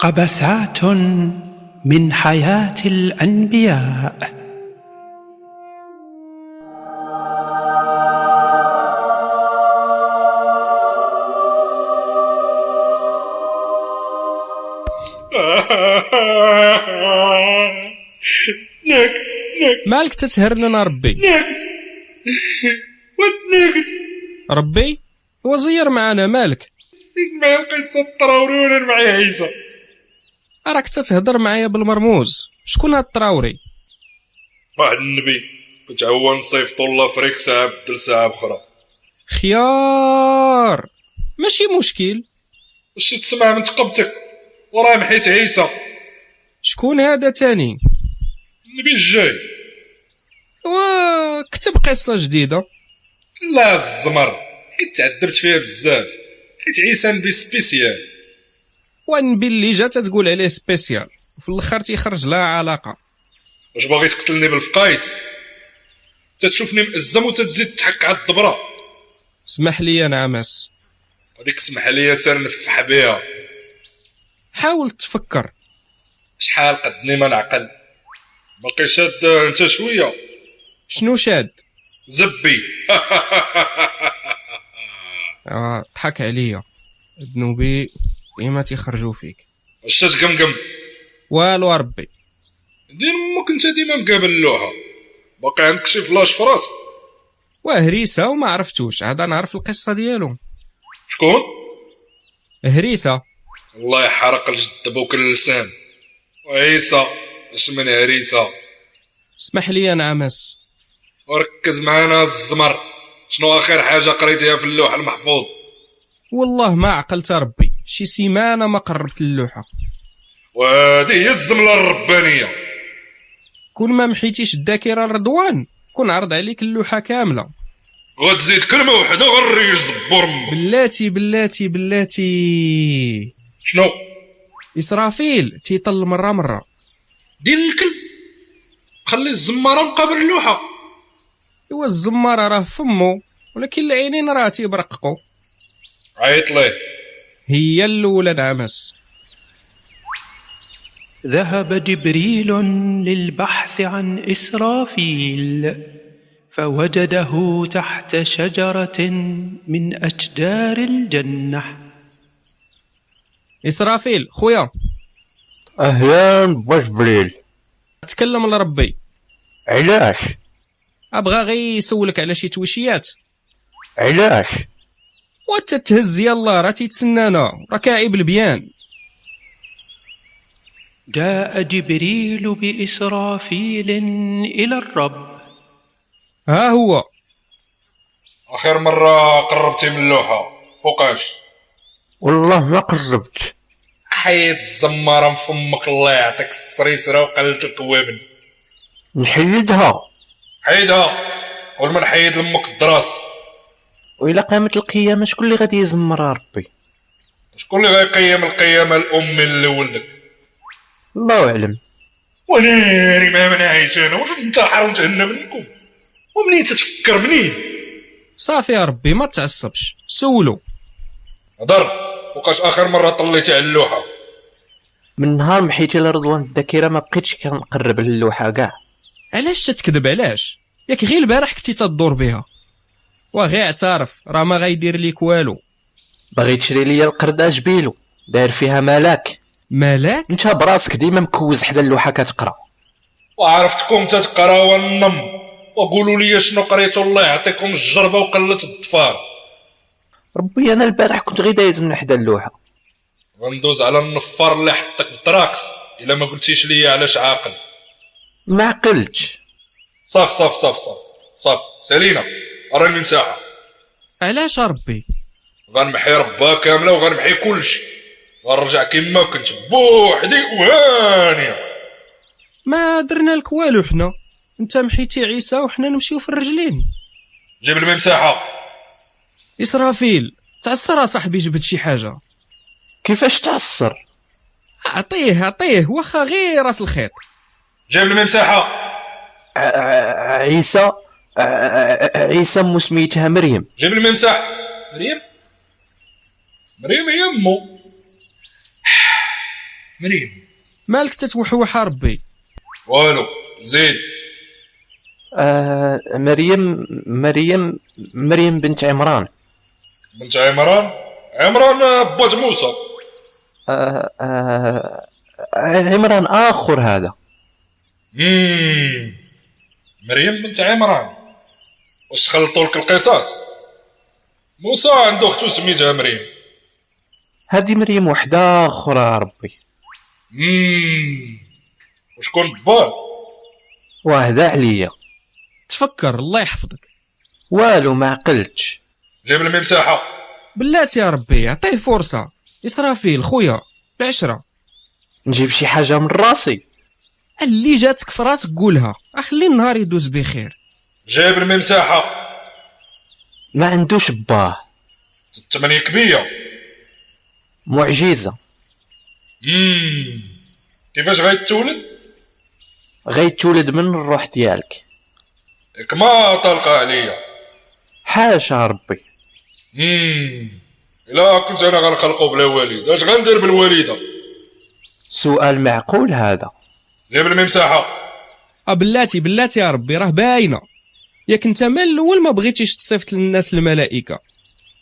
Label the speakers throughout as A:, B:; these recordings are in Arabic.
A: قبسات من حياه الانبياء
B: نكد نكد
C: مالك تتهر لنا ربي
B: نكد والنكد
C: ربي وزير معنا مالك
B: ما القصة الطراوري ولا مع عيسى
C: راك تتهضر معايا بالمرموز شكون هاد الطراوري
B: واحد النبي كنت هو نصيفطو لافريك ساعة بدل ساعة أخرى
C: خيار ماشي مشكل
B: واش تسمع من تقبتك وراه محيت عيسى
C: شكون هذا تاني
B: النبي الجاي
C: وكتب قصة جديدة
B: لا الزمر حيت تعذبت فيها بزاف حيت عيسى نبي سبيسيال
C: ونبي اللي جات تقول عليه سبيسيال في الاخر تيخرج لها علاقة
B: واش باغي تقتلني بالفقايس تتشوفني مأزم وتتزيد تحك على الدبرة
C: اسمح لي يا نعمس
B: هذيك سمح لي سير نفح بيها
C: حاول تفكر
B: شحال قدني ما نعقل باقي شاد انت شويه
C: شنو شاد
B: زبي
C: آه، ضحك عليا ذنوبي ديما تيخرجوا فيك
B: واش تقمقم
C: والو ربي
B: دير امك انت ديما مقابل لوحه باقي عندك شي فلاش في راسك
C: وهريسة وما عرفتوش عاد نعرف القصة ديالو
B: شكون
C: هريسة
B: الله يحرق الجد بوك اللسان وعيسى اش من عريسه
C: اسمح لي يا نعمس
B: وركز معانا الزمر شنو اخر حاجه قريتها في اللوح المحفوظ
C: والله ما عقلت ربي شي سيمانة ما قربت اللوحة
B: وهذه هي الزمله الربانيه
C: كون ما محيتيش الذاكرة لرضوان كون عرض عليك اللوحة كاملة
B: غتزيد كلمه وحده غري زبور أمك.
C: بلاتي بلاتي بلاتي
B: شنو
C: إسرافيل تيطل مرة مرة
B: دير الكلب خلي الزماره مقابل اللوحه
C: إوا الزمارة راه فمو ولكن العينين راه تيبرققو
B: عيط ليه
C: هي الأولى نعمس
A: ذهب جبريل للبحث عن اسرافيل فوجده تحت شجره من اشجار الجنه
C: إسرافيل خويا
D: اهلا بجبريل
C: تكلم لربي
D: علاش
C: أبغى غي يسولك على شي تويشيات
D: علاش
C: وانت تهز يلا راه تيتسنانا راه كاعب البيان
A: جاء جبريل باسرافيل الى الرب
C: ها هو
B: اخر مره قربتي من اللوحه فوقاش
D: والله ما قربت
B: حيت الزماره من فمك الله يعطيك السريسره وقلت الكوابل
D: نحيدها
B: حيدها قبل ما نحيد لامك الدراس
D: وإلا قامت القيامة شكون اللي غادي يزمر يا ربي
B: شكون اللي غيقيم القيامه الامي اللي ولدك
D: الله أعلم
B: وناري ما انا عايش انا واش انت حرام تهنى منكم ومنين تتفكر منين
C: صافي يا ربي ما تعصبش سولو
B: هضر وقاش اخر مره طليتي على اللوحه
D: من نهار محيتي لرضوان الذاكرة ما بقيتش كنقرب للوحة كاع
C: علاش تتكذب علاش ياك غير البارح كنتي تدور بها وغي اعترف راه ما غيدير ليك والو
D: باغي تشري ليا القردة جبيلو داير فيها ملاك
C: ملاك
D: انت براسك ديما مكوز حدا اللوحة كتقرا
B: وعرفتكم تتقرا والنم وقولوا لي شنو قريتوا الله يعطيكم الجربه وقله الضفار
D: ربي انا البارح كنت غي دايز من حدا اللوحة
B: غندوز على النفار اللي حطك بدراكس الا ما قلتيش ليا علاش عاقل
D: ما عقلتش
B: صاف صاف صاف صاف صاف سالينا راني مساحه
C: علاش يا ربي
B: غنمحي ربها كامله وغنمحي كلشي غنرجع كيما كنت بوحدي وهانيه
C: ما درنا لك والو حنا انت محيتي عيسى وحنا نمشيو في الرجلين
B: جيب لي مساحه
C: اسرافيل تعصر يا صاحبي جبت شي حاجه
D: كيفاش تعصر
C: اعطيه اعطيه واخا غير راس الخيط
B: جيب لي مساحه
D: ع- ع- عيسى ع- عيسى مو سميتها مريم
B: جيب لي مساحه مريم مريم هي امو منين
C: مالك تتوحوح ربي
B: والو زيد
D: آه مريم مريم مريم بنت عمران
B: بنت عمران عمران بات موسى
D: آه آه عمران آخر هذا
B: مم. مريم بنت عمران واش خلطوا لك القصص موسى عنده اختو سميتها مريم
D: هذه مريم وحدة أخرى ربي
B: مم. وشكون بار
D: وهدا عليا
C: تفكر الله يحفظك
D: والو ما عقلتش
B: جيب لي مساحه
C: بلاتي يا ربي عطيه فرصه اسرافيل خويا العشره
D: نجيب شي حاجة من راسي
C: اللي جاتك في راسك قولها اخلي النهار يدوز بخير
B: جيب لي مساحه
D: ما عندوش باه
B: تمني كبيه
D: معجزة
B: مم. كيفاش غيتولد
D: غيتولد من الروح ديالك
B: ياك ما طلقه عليا
D: حاشا ربي
B: مم. الا إيه. كنت انا غنخلقو بلا والد اش غندير بالوالده
D: سؤال معقول هذا
B: جيب لي مساحه
C: اه بلاتي بلاتي يا ربي راه باينه ياك انت من الاول ما بغيتيش تصيفط للناس الملائكه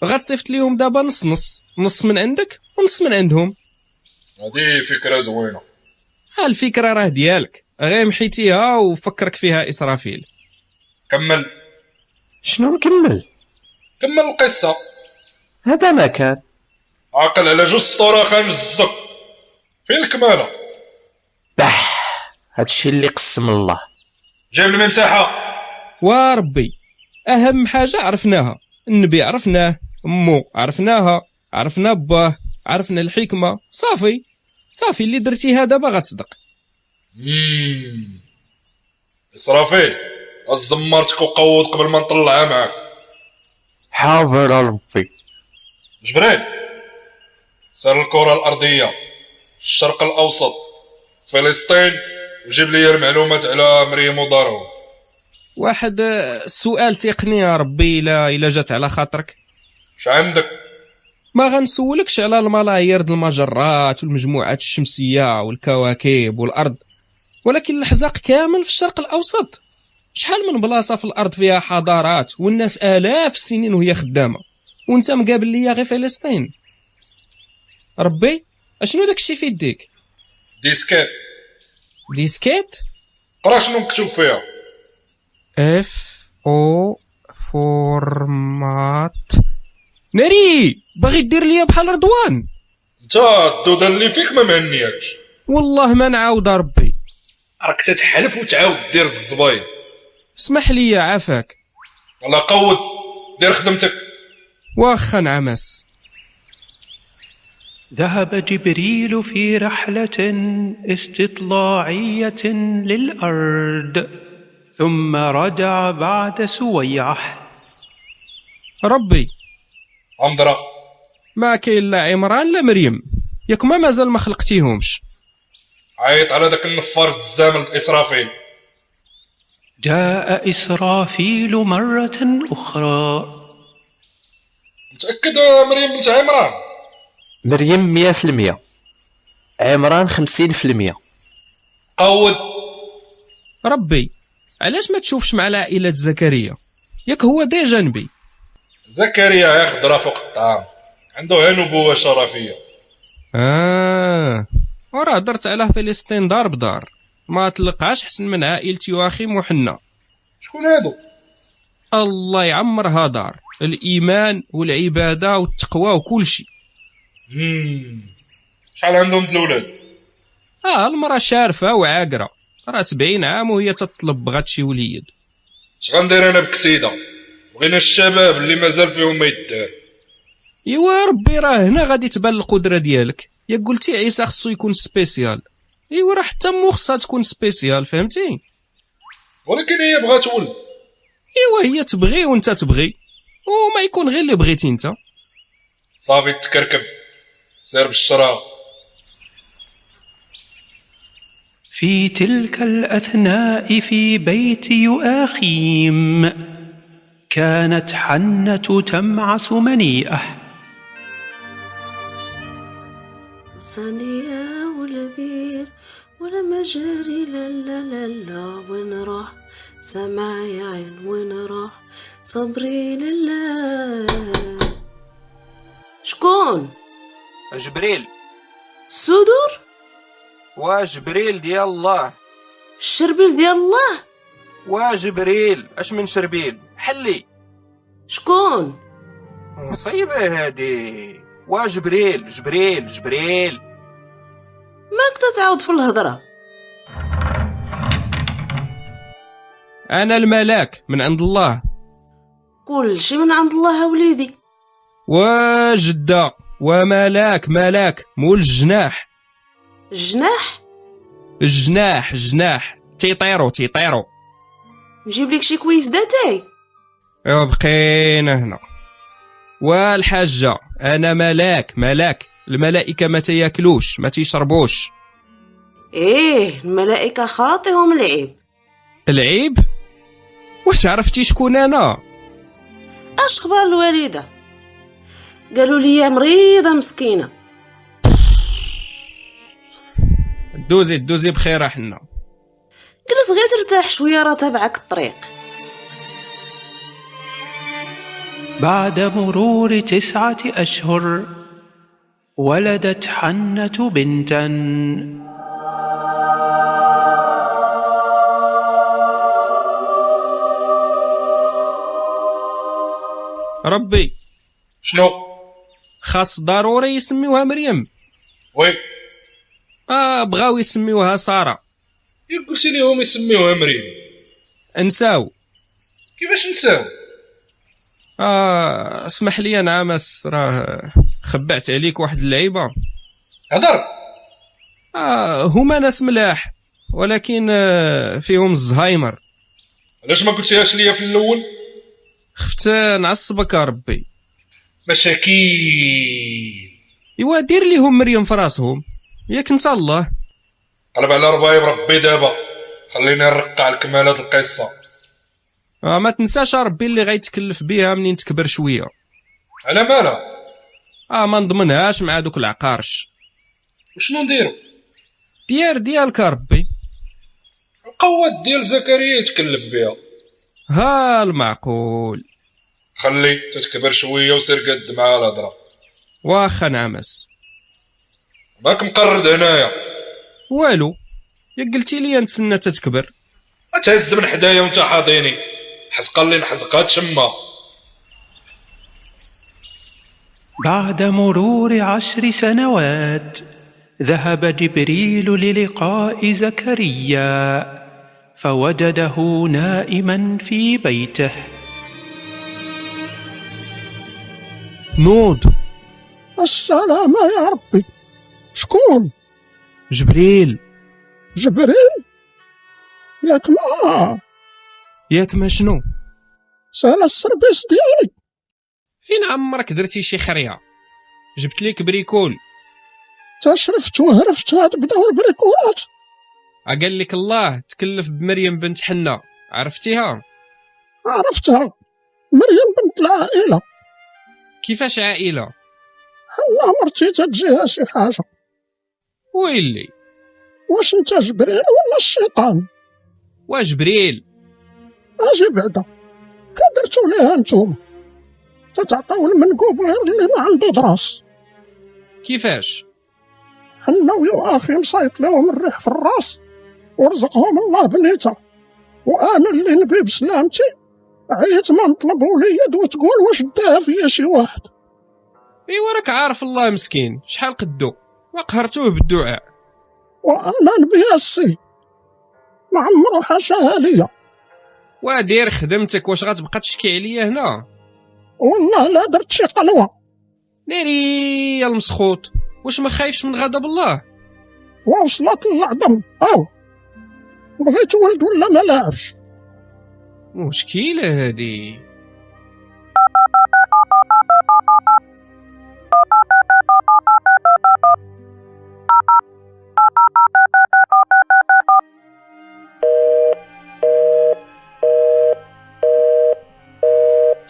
C: غتصيفط ليهم دابا نص نص نص من عندك ونص من عندهم
B: هذه فكره زوينه
C: ها الفكره راه ديالك غير محيتيها وفكرك فيها اسرافيل
B: كمل
D: شنو نكمل
B: كمل القصه
D: هذا ما كان
B: عقل على جوج سطور خنزك فين الكماله
D: بح هادشي اللي قسم الله
B: جيب لي مساحه
C: وربي اهم حاجه عرفناها النبي عرفناه امو عرفناها عرفنا باه عرفنا الحكمه صافي صافي اللي درتيها دابا غتصدق
B: مم. اسرافيل زمرتك وقوت قبل ما نطلعها معاك
D: حاضر ربي
B: جبريل سير الكره الارضيه الشرق الاوسط فلسطين وجيب لي المعلومات على مريم ودارو
C: واحد آه، سؤال تقني يا ربي الا الا جات على خاطرك
B: اش عندك
C: ما غنسولكش على الملايير د المجرات والمجموعات الشمسيه والكواكب والارض ولكن الحزق كامل في الشرق الاوسط شحال من بلاصه في الارض فيها حضارات والناس الاف السنين وهي خدامه وانت مقابل ليا غير فلسطين ربي اشنو داكشي في يديك
B: ديسكات
C: ديسكيت
B: قرا شنو مكتوب فيها
C: اف او فورمات ناري باغي دير ليا بحال رضوان
B: انت الدوده اللي فيك ما مهنياكش
C: والله ما نعاود ربي
B: راك تتحلف وتعاود دير الزبايد
C: اسمح لي عافاك
B: الله قود دير خدمتك
C: واخا نعمس
A: ذهب جبريل في رحلة استطلاعية للأرض ثم رجع بعد سويعة
C: ربي
B: عمدرا
C: ما كاين لا عمران لا مريم ياك ما مازال ما خلقتيهمش
B: عيط على داك النفار الزامل د اسرافيل
A: جاء إسرافيل مرة أخرى
B: متاكد يا مريم بنت عمران
D: مريم مية في المية عمران خمسين في المية
B: قود
C: ربي علاش ما تشوفش مع العائلة زكريا ياك هو ديجا نبي
B: زكريا يا خضرا فوق الطعام عنده غير نبوه شرفيه
C: اه وراه درت على فلسطين دار بدار ما تلقاش حسن من عائلتي واخيم وحنا
B: شكون هادو
C: الله يعمرها دار الايمان والعباده والتقوى وكل شيء
B: مم. شحال عندهم د الاولاد
C: اه المراه شارفه وعاقره راه 70 عام وهي تطلب بغات شي وليد
B: اش غندير انا بكسيده بغينا الشباب اللي مازال فيهم ما يدار
C: ايوا ربي راه هنا غادي تبان القدره ديالك يا قلتي عيسى خصو يكون سبيسيال ايوا راه حتى مو خصها تكون سبيسيال فهمتي
B: ولكن هي بغات ولد
C: ايوا هي تبغي وانت تبغي وما يكون غير اللي بغيتي انت
B: صافي تكركب سير بالشراب
A: في تلك الأثناء في بيت يؤاخيم كانت حنة تمعس منيئة
E: صنيا ولب ولا مجاري لا لا لا لا وين راح سماعي عين وين راح صبري لله شكون
F: جبريل
E: السدور
F: وجبريل ديال الله
E: الشربيل ديال الله
F: وجبريل اش من شربيل حلي
E: شكون
F: مصيبه هادي وجبريل جبريل جبريل
E: ماك تتعاود في الهضره
C: انا الملاك من عند الله
E: كل شي من عند الله وليدي
C: وجده وملاك ملاك مول الجناح
E: الجناح
C: الجناح الجناح تيطيرو تيطيرو
E: نجيب لك شي كويس داتاي
C: ايوا بقينا هنا والحاجة أنا ملاك ملاك الملائكة ما تياكلوش ما تيشربوش
E: ايه الملائكه خاطيهم العيب
C: العيب واش عرفتي شكون أنا
E: اش خبار الوالده قالوا لي مريضه مسكينه
C: دوزي دوزي بخير حنا
E: جلس غير ترتاح شويه راه تابعك الطريق
A: بعد مرور تسعة أشهر ولدت حنة بنتا
C: ربي
B: شنو
C: خاص ضروري يسميوها مريم
B: وي
C: آه بغاو يسميوها سارة
B: إيه قلتي ليهم يسميوها مريم
C: نساو
B: كيفاش نساو
C: آه اسمح لي أنا عمس راه خبعت عليك واحد اللعيبة
B: هضر
C: آه هما ناس ملاح ولكن آه فيهم الزهايمر
B: علاش ما قلتيهاش ليا في الاول
C: خفت آه، نعصبك يا ربي
B: مشاكيل
C: ايوا دير ليهم مريم في راسهم ياك انت الله
B: قلب على ربايب ربي دابا خليني نرقع عليك مال هاد القصه
C: آه ما تنساش يا ربي اللي غيتكلف بيها منين تكبر شويه
B: على مالها
C: اه ما نضمنهاش مع دوك العقارش
B: وشنو نديرو
C: ديار ديالك يا ربي
B: القوات ديال زكريا يتكلف بها
C: ها المعقول
B: خلي تتكبر شويه وسير قد معها الهضره
C: واخا نعمس
B: ماك مقرد هنايا
C: والو ياك قلتي لي نتسنى تتكبر
B: ما تهز من حدايا وانت حاضيني حزقه اللي نحزقها تشمها
A: بعد مرور عشر سنوات ذهب جبريل للقاء زكريا فوجده نائما في بيته
C: نوض
G: السلام يا ربي شكون
C: جبريل
G: جبريل ياك ما
C: ياك ما شنو
G: سال السربيس ديالي
C: فين عمرك درتي شي خريه جبت ليك بريكول
G: تشرفت وهرفت هاد بداو البريكولات
C: قال لك الله تكلف بمريم بنت حنا عرفتيها
G: عرفتها مريم بنت العائلة
C: كيفاش عائله
G: حنا مرتي تجيها شي حاجة
C: ويلي
G: واش انت جبريل ولا الشيطان
C: وجبريل
G: اجي بعدا كدرتو ليها نتوما تتعطاو المنقوب غير اللي ما عنده دراس
C: كيفاش
G: حنا ويا اخي مسيط لهم الريح في الراس ورزقهم الله بنيته وانا اللي نبي بسلامتي عيت ما نطلبوا لي يد وتقول واش داها فيا شي واحد
C: ايوا راك عارف الله مسكين شحال قدو وقهرتوه بالدعاء
G: وانا نبي السي ما عمرو حاشاها ليا
C: ودير خدمتك واش غتبقى تشكي عليا هنا
G: والله لا درت شي قلوه
C: ناري يا المسخوط واش ما خايفش من غضب الله
G: ووصلت للعظم او بغيت ولد ولا ما لاعبش
C: مشكله هادي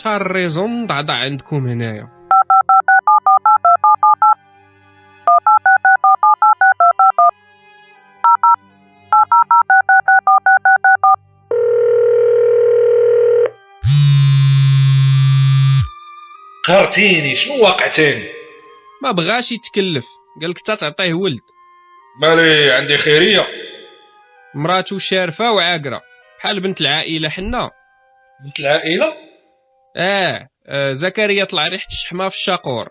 C: تا الريزون ضعضع عندكم هنايا
B: قهرتيني شنو واقعتين
C: ما بغاش يتكلف قال لك تا تعطيه ولد
B: مالي عندي خيريه
C: مراته شارفه وعاقره بحال بنت العائله حنا
B: بنت العائله
C: اه, آه زكريا طلع ريحه الشحمه في الشاقور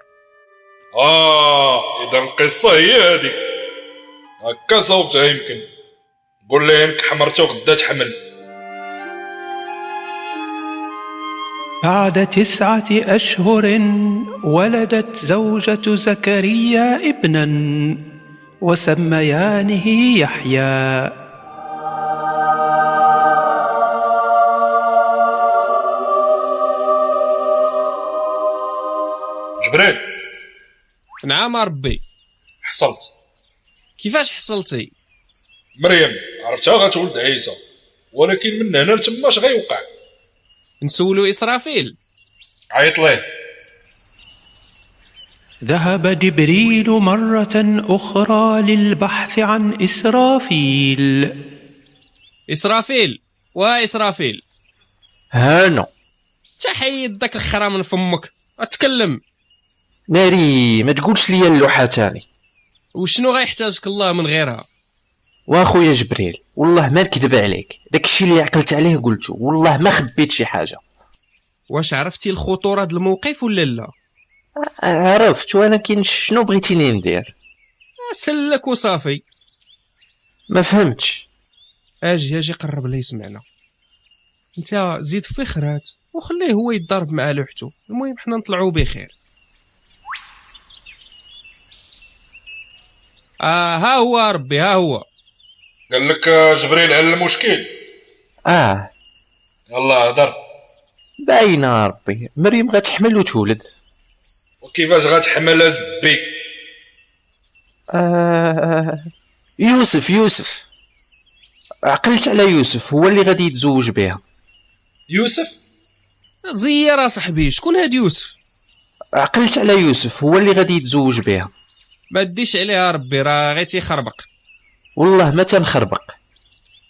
B: اه اذا القصه هي هادي هكا صوبتها يمكن قول لي انك حمرته غدا تحمل
A: بعد تسعة أشهر ولدت زوجة زكريا ابنا وسميانه يحيى
B: جبريل
C: نعم ربي
B: حصلت
C: كيفاش حصلتي
B: مريم عرفتها غتولد عيسى ولكن من هنا لتما اش غيوقع
C: نسولو اسرافيل
B: عيط ليه
A: ذهب جبريل مرة أخرى للبحث عن إسرافيل
C: اسرافيل واسرافيل
D: هانا
C: تحيد داك الخرا من فمك اتكلم
D: ناري ما تقولش لي اللوحه تاني
C: وشنو غيحتاجك الله من غيرها
D: واخويا جبريل والله ما نكذب عليك داكشي اللي عقلت عليه قلته والله ما خبيت شي حاجه
C: واش عرفتي الخطوره د الموقف ولا لا
D: عرفت ولكن شنو بغيتيني ندير
C: سلك وصافي
D: ما فهمتش
C: اجي اجي قرب لي يسمعنا انت زيد في خرات وخليه هو يتضارب مع لوحته المهم حنا نطلعوا بخير آه ها هو ربي ها هو
B: قال لك آه، جبريل على المشكل
D: اه
B: يلا هضر
D: باينه ربي مريم غتحمل وتولد
B: وكيفاش غتحمل زبي
D: آه يوسف يوسف عقلت على يوسف هو اللي غادي يتزوج بها
B: يوسف
C: زير صاحبي شكون هاد يوسف
D: عقلت على يوسف هو اللي غادي يتزوج بها
C: ما ديش عليها ربي راه غير تيخربق
D: والله ما تنخربق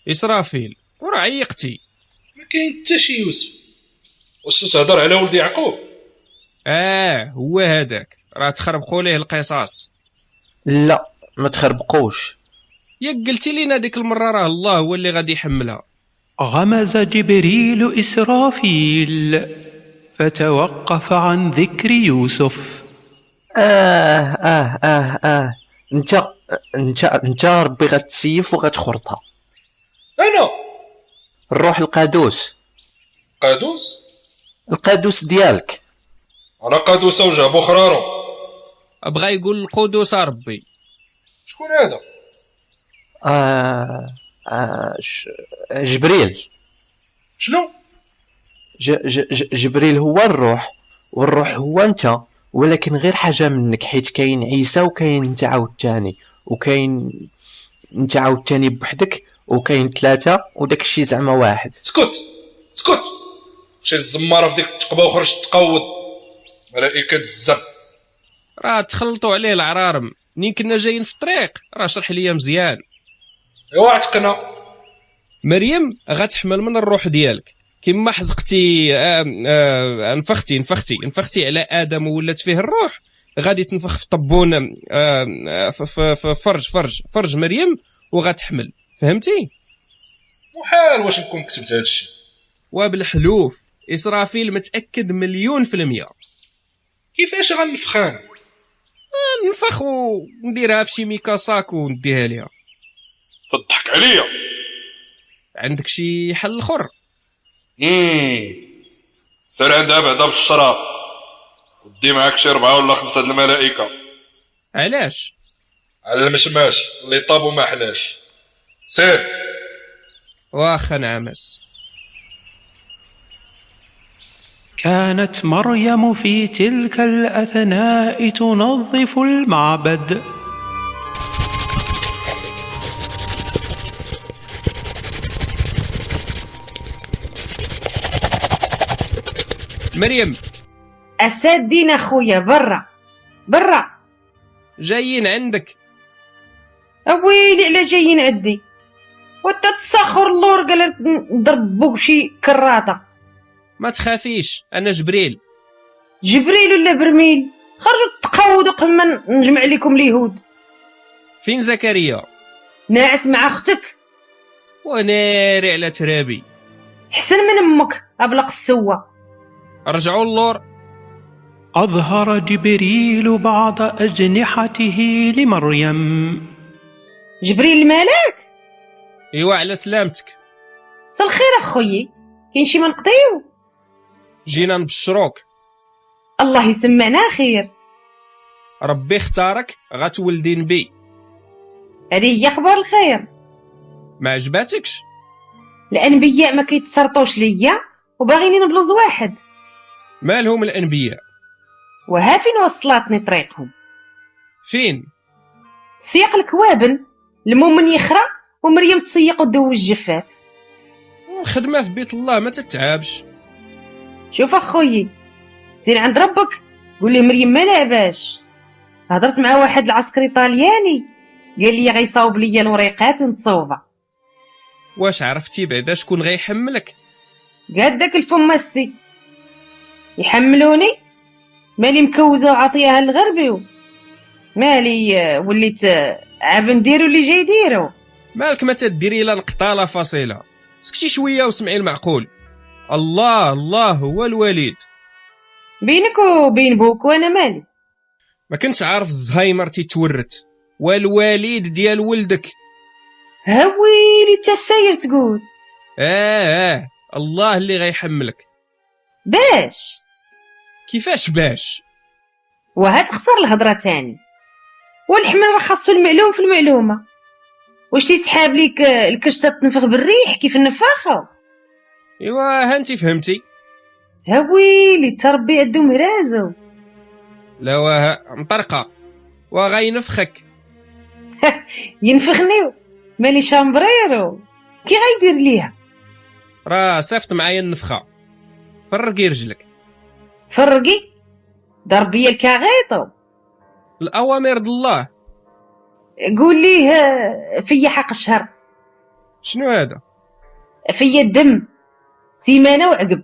C: اسرافيل وراه عيقتي
B: ما كاين حتى شي يوسف واش تهضر على ولد يعقوب
C: اه هو هذاك راه تخربقوا ليه القصاص
D: لا ما تخربقوش
C: ياك قلتي لينا ديك المره راه الله هو اللي غادي يحملها
A: غمز جبريل إسرافيل فتوقف عن ذكر يوسف
D: آه آه آه آه انت انت انت ربي غتسيف وغتخرطها
B: انا
D: الروح القادوس
B: قادوس
D: القادوس ديالك
B: انا قادوس وجاب خرارو
C: بغا يقول القدوس ربي
B: شكون هذا
D: آه آه ش- جبريل
B: شنو
D: ج ج ج جبريل هو الروح والروح هو انت ولكن غير حاجه منك حيت كاين عيسى وكاين انت عاوتاني وكاين انت عاوتاني بوحدك وكاين ثلاثه وداك الشيء زعما واحد
B: اسكت اسكت مشي الزماره في ديك التقبه وخرج تقود ملائكه الزب
C: راه تخلطوا عليه العرارم منين كنا جايين في الطريق راه شرح ليا مزيان
B: ايوا عتقنا
C: مريم غتحمل من الروح ديالك كما حزقتي آم، آه، انفختي انفختي انفختي على ادم وولات فيه الروح غادي تنفخ في طبون آم، آه، ف- ف- ف- فرج فرج فرج مريم وغتحمل فهمتي
B: محال واش نكون كتبت هذا الشيء
C: وبالحلوف اسرافيل متاكد مليون في المية
B: كيفاش غنفخان
C: نفخ ونديرها في شي ميكاساك ونديها ليها
B: تضحك عليا
C: عندك شي حل اخر
B: امم سير عندها بعدا بالشراب ودي معاك شي ربعه ولا خمسه د الملائكه
C: علاش
B: على المشماش اللي طاب وما حلاش سير
C: واخا نعمس
A: كانت مريم في تلك الأثناء تنظف المعبد
C: مريم
H: اساد دين اخويا برا برا
C: جايين عندك
H: اويلي على جايين عندي وانت تسخر اللور قال نضربو بشي كراطه
C: ما تخافيش انا جبريل
H: جبريل ولا برميل خرجوا تقودوا قما نجمع لكم اليهود
C: فين زكريا
H: ناعس مع اختك
C: وناري على ترابي
H: حسن من امك ابلق السوا
C: رجعوا اللور
A: أظهر جبريل بعض أجنحته لمريم
H: جبريل الملاك
C: ايوا إيوه، على سلامتك
H: صل خير اخويا كاين شي ما نقضيو
C: جينا نبشروك
H: الله يسمعنا خير
C: ربي اختارك غتولدي نبي
H: هذه هي اخبار الخير
C: ما عجباتكش
H: الانبياء ما كيتسرطوش ليا وباغيني نبلوز واحد
C: مالهم الانبياء
H: وها فين وصلتني طريقهم
C: فين
H: سياق الكوابن المؤمن يخرى ومريم تسيق وتدوز الجفاف
C: الخدمه في بيت الله ما تتعبش
H: شوف اخويا سير عند ربك قول ليه مريم ما لعباش هضرت مع واحد العسكري طالياني قال لي غيصاوب ليا الوريقات نصوبه
C: واش عرفتي بعدا شكون غيحملك
H: قال داك الفماسي يحملوني مالي مكوزه وعطيها للغربي مالي آه، وليت آه، عاب نديرو اللي جاي يديرو
C: مالك ما تديري الا نقطاله فصيله سكتي شويه وسمعي المعقول الله الله هو الوليد
H: بينك وبين بوك وانا مالي
C: ما كنتش عارف الزهايمر تيتورث والواليد ديال ولدك
H: هويلي تا ساير تقول
C: اه اه الله اللي غيحملك
H: باش
C: كيفاش باش
H: وها تخسر الهضره تاني والحمل راه خاصو المعلوم في المعلومه واش تيسحاب ليك آه، الكشطه تنفخ بالريح كيف النفاخه
C: ايوا ها انت فهمتي
H: هويلي تربي ادو مهرازو
C: لا واه مطرقه وغينفخك
H: ينفخني مالي شامبريرو كي غيدير ليها
C: راه صيفط معايا النفخه فرقي رجلك
H: فرقي ضرب بيا الكاغيطو
C: الاوامر د الله
H: قول ليه آه، فيا حق الشهر
C: شنو هذا
H: فيا الدم سيمانه وعقب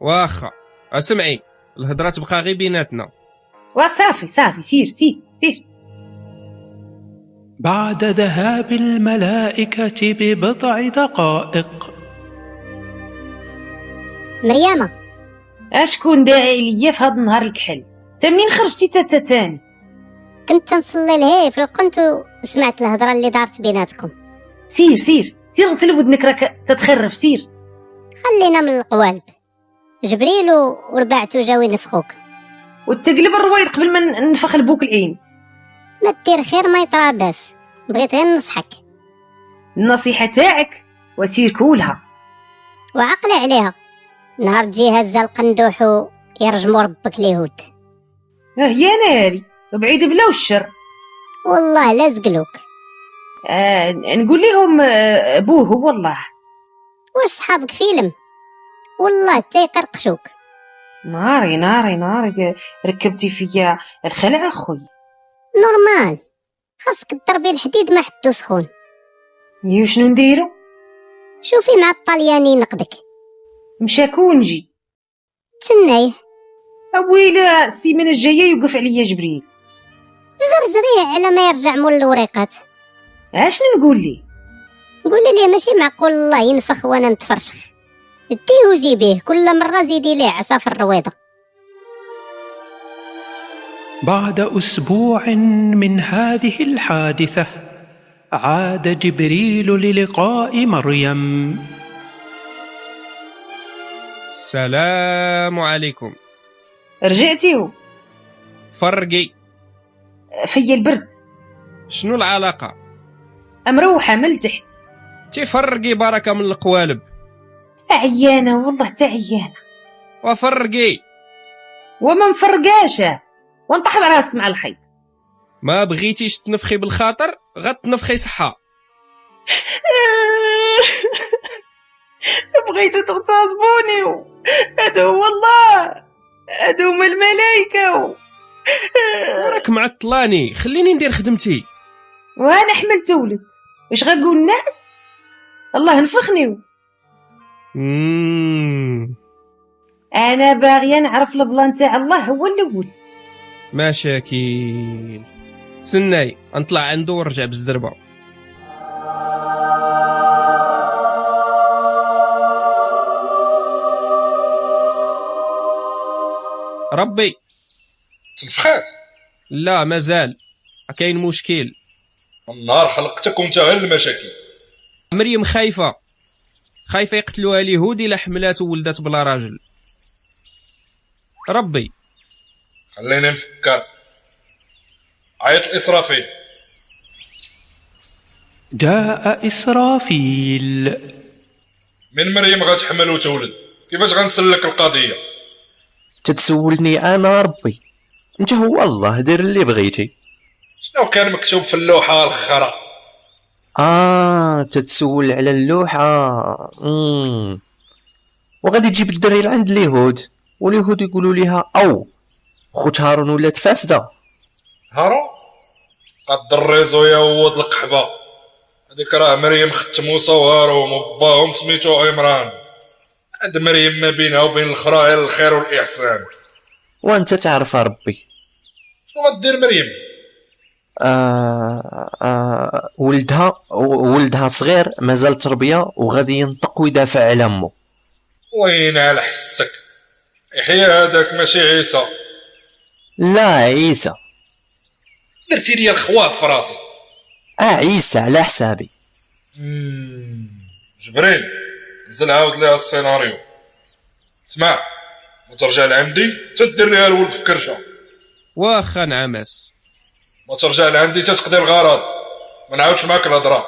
C: واخا اسمعي الهضره تبقى غير بيناتنا
H: وصافي صافي سير سير سير
A: بعد ذهاب الملائكة ببضع دقائق
I: مريامة
H: اشكون داعي ليا في هاد النهار الكحل تا منين خرجتي تاتا تاني
I: كنت تنصلي لهي في القنت وسمعت الهضرة اللي دارت بيناتكم
H: سير سير سير غسل ودنك راك تتخرف سير
I: خلينا من القوالب جبريل و- ورباعته جاو ينفخوك
H: وتقلب الروايد قبل ما ن- نفخ البوك العين
I: ما دير خير ما يطرى باس بغيت غير نصحك
H: النصيحه تاعك وسير كولها
I: وعقل عليها نهار تجي هزة القندوح ويرجموا ربك اليهود
H: اه يا ناري بعيد بلا والشر
I: والله لا زقلوك
H: آه ن- نقول لهم آه، بوه هو والله
I: واش صحابك فيلم والله تا يقرقشوك
H: ناري ناري ناري ركبتي فيا الخلع اخويا
I: نورمال خاصك تضربي الحديد ما حدو سخون
H: يو شنو نديرو
I: شوفي مع الطلياني نقدك
H: مشاكو ونجي
I: تسنايه
H: اويلا السيمانه الجايه يوقف عليا جبريل
I: زرزريه على ما يرجع مول الوريقات
H: اشنو نقول ليه
I: قولي ليه ماشي معقول الله ينفخ وانا نتفرشخ ديه وجيبيه كل مره زيدي ليه عصا في الرويضه
A: بعد أسبوع من هذه الحادثة عاد جبريل للقاء مريم
C: السلام عليكم
H: رجعتيو
C: فرقي
H: فيا البرد
C: شنو العلاقه
H: مروحه من تحت
C: تفرقي بركه من القوالب
H: عيانه والله تا عيانه
C: وفرقي
H: وما مفرقاش وانطح براسك مع الحيط
C: ما بغيتيش تنفخي بالخاطر غتنفخي صحه
H: بغيتو تغتصبوني هادو هو الله هادو هما الملايكة
C: راك معطلاني خليني ندير خدمتي
H: وانا حملت ولد واش غنقول الناس الله نفخني
C: مم.
H: انا باغيه نعرف البلان تاع الله هو الاول
C: مشاكل سناي نطلع عنده ونرجع بالزربه ربي
B: تنفخات
C: لا مازال كاين مشكل
B: النهار خلقتك وانت غير المشاكل
C: مريم خايفه خايفه يقتلوها اليهود الا حملات وولدت بلا راجل ربي
B: خلينا نفكر عيط الاسرافيل
A: جاء إسرافيل
B: من مريم غتحمل وتولد كيفاش غنسلك القضيه
D: تتسولني انا ربي انت هو الله دير اللي بغيتي
B: شنو كان مكتوب في اللوحه الخرا
D: اه تتسول على اللوحه مم. وغادي تجيب الدري لعند اليهود واليهود يقولوا ليها او خوت هارون ولات فاسده
B: هارون قد الريزو يا ود القحبه هذيك راه مريم خت موسى وهارون وباهم سميتو عمران عند مريم ما بينها وبين الاخرى غير الخير والاحسان
D: وانت تعرف ربي
B: شنو غدير مريم
D: آه آه ولدها ولدها صغير مازال تربيه وغادي ينطق ويدافع على امه
B: وين على حسك يحيى هذاك ماشي عيسى
D: لا عيسى
B: درتي لي الخواط في راسي
D: اه عيسى على حسابي
B: جبريل نزل عاود ليها السيناريو اسمع وترجع لعندي تدير ليها الولد في كرشه
C: واخا نعمس
B: وترجع لعندي تتقضي الغرض ما نعاودش معاك الهضره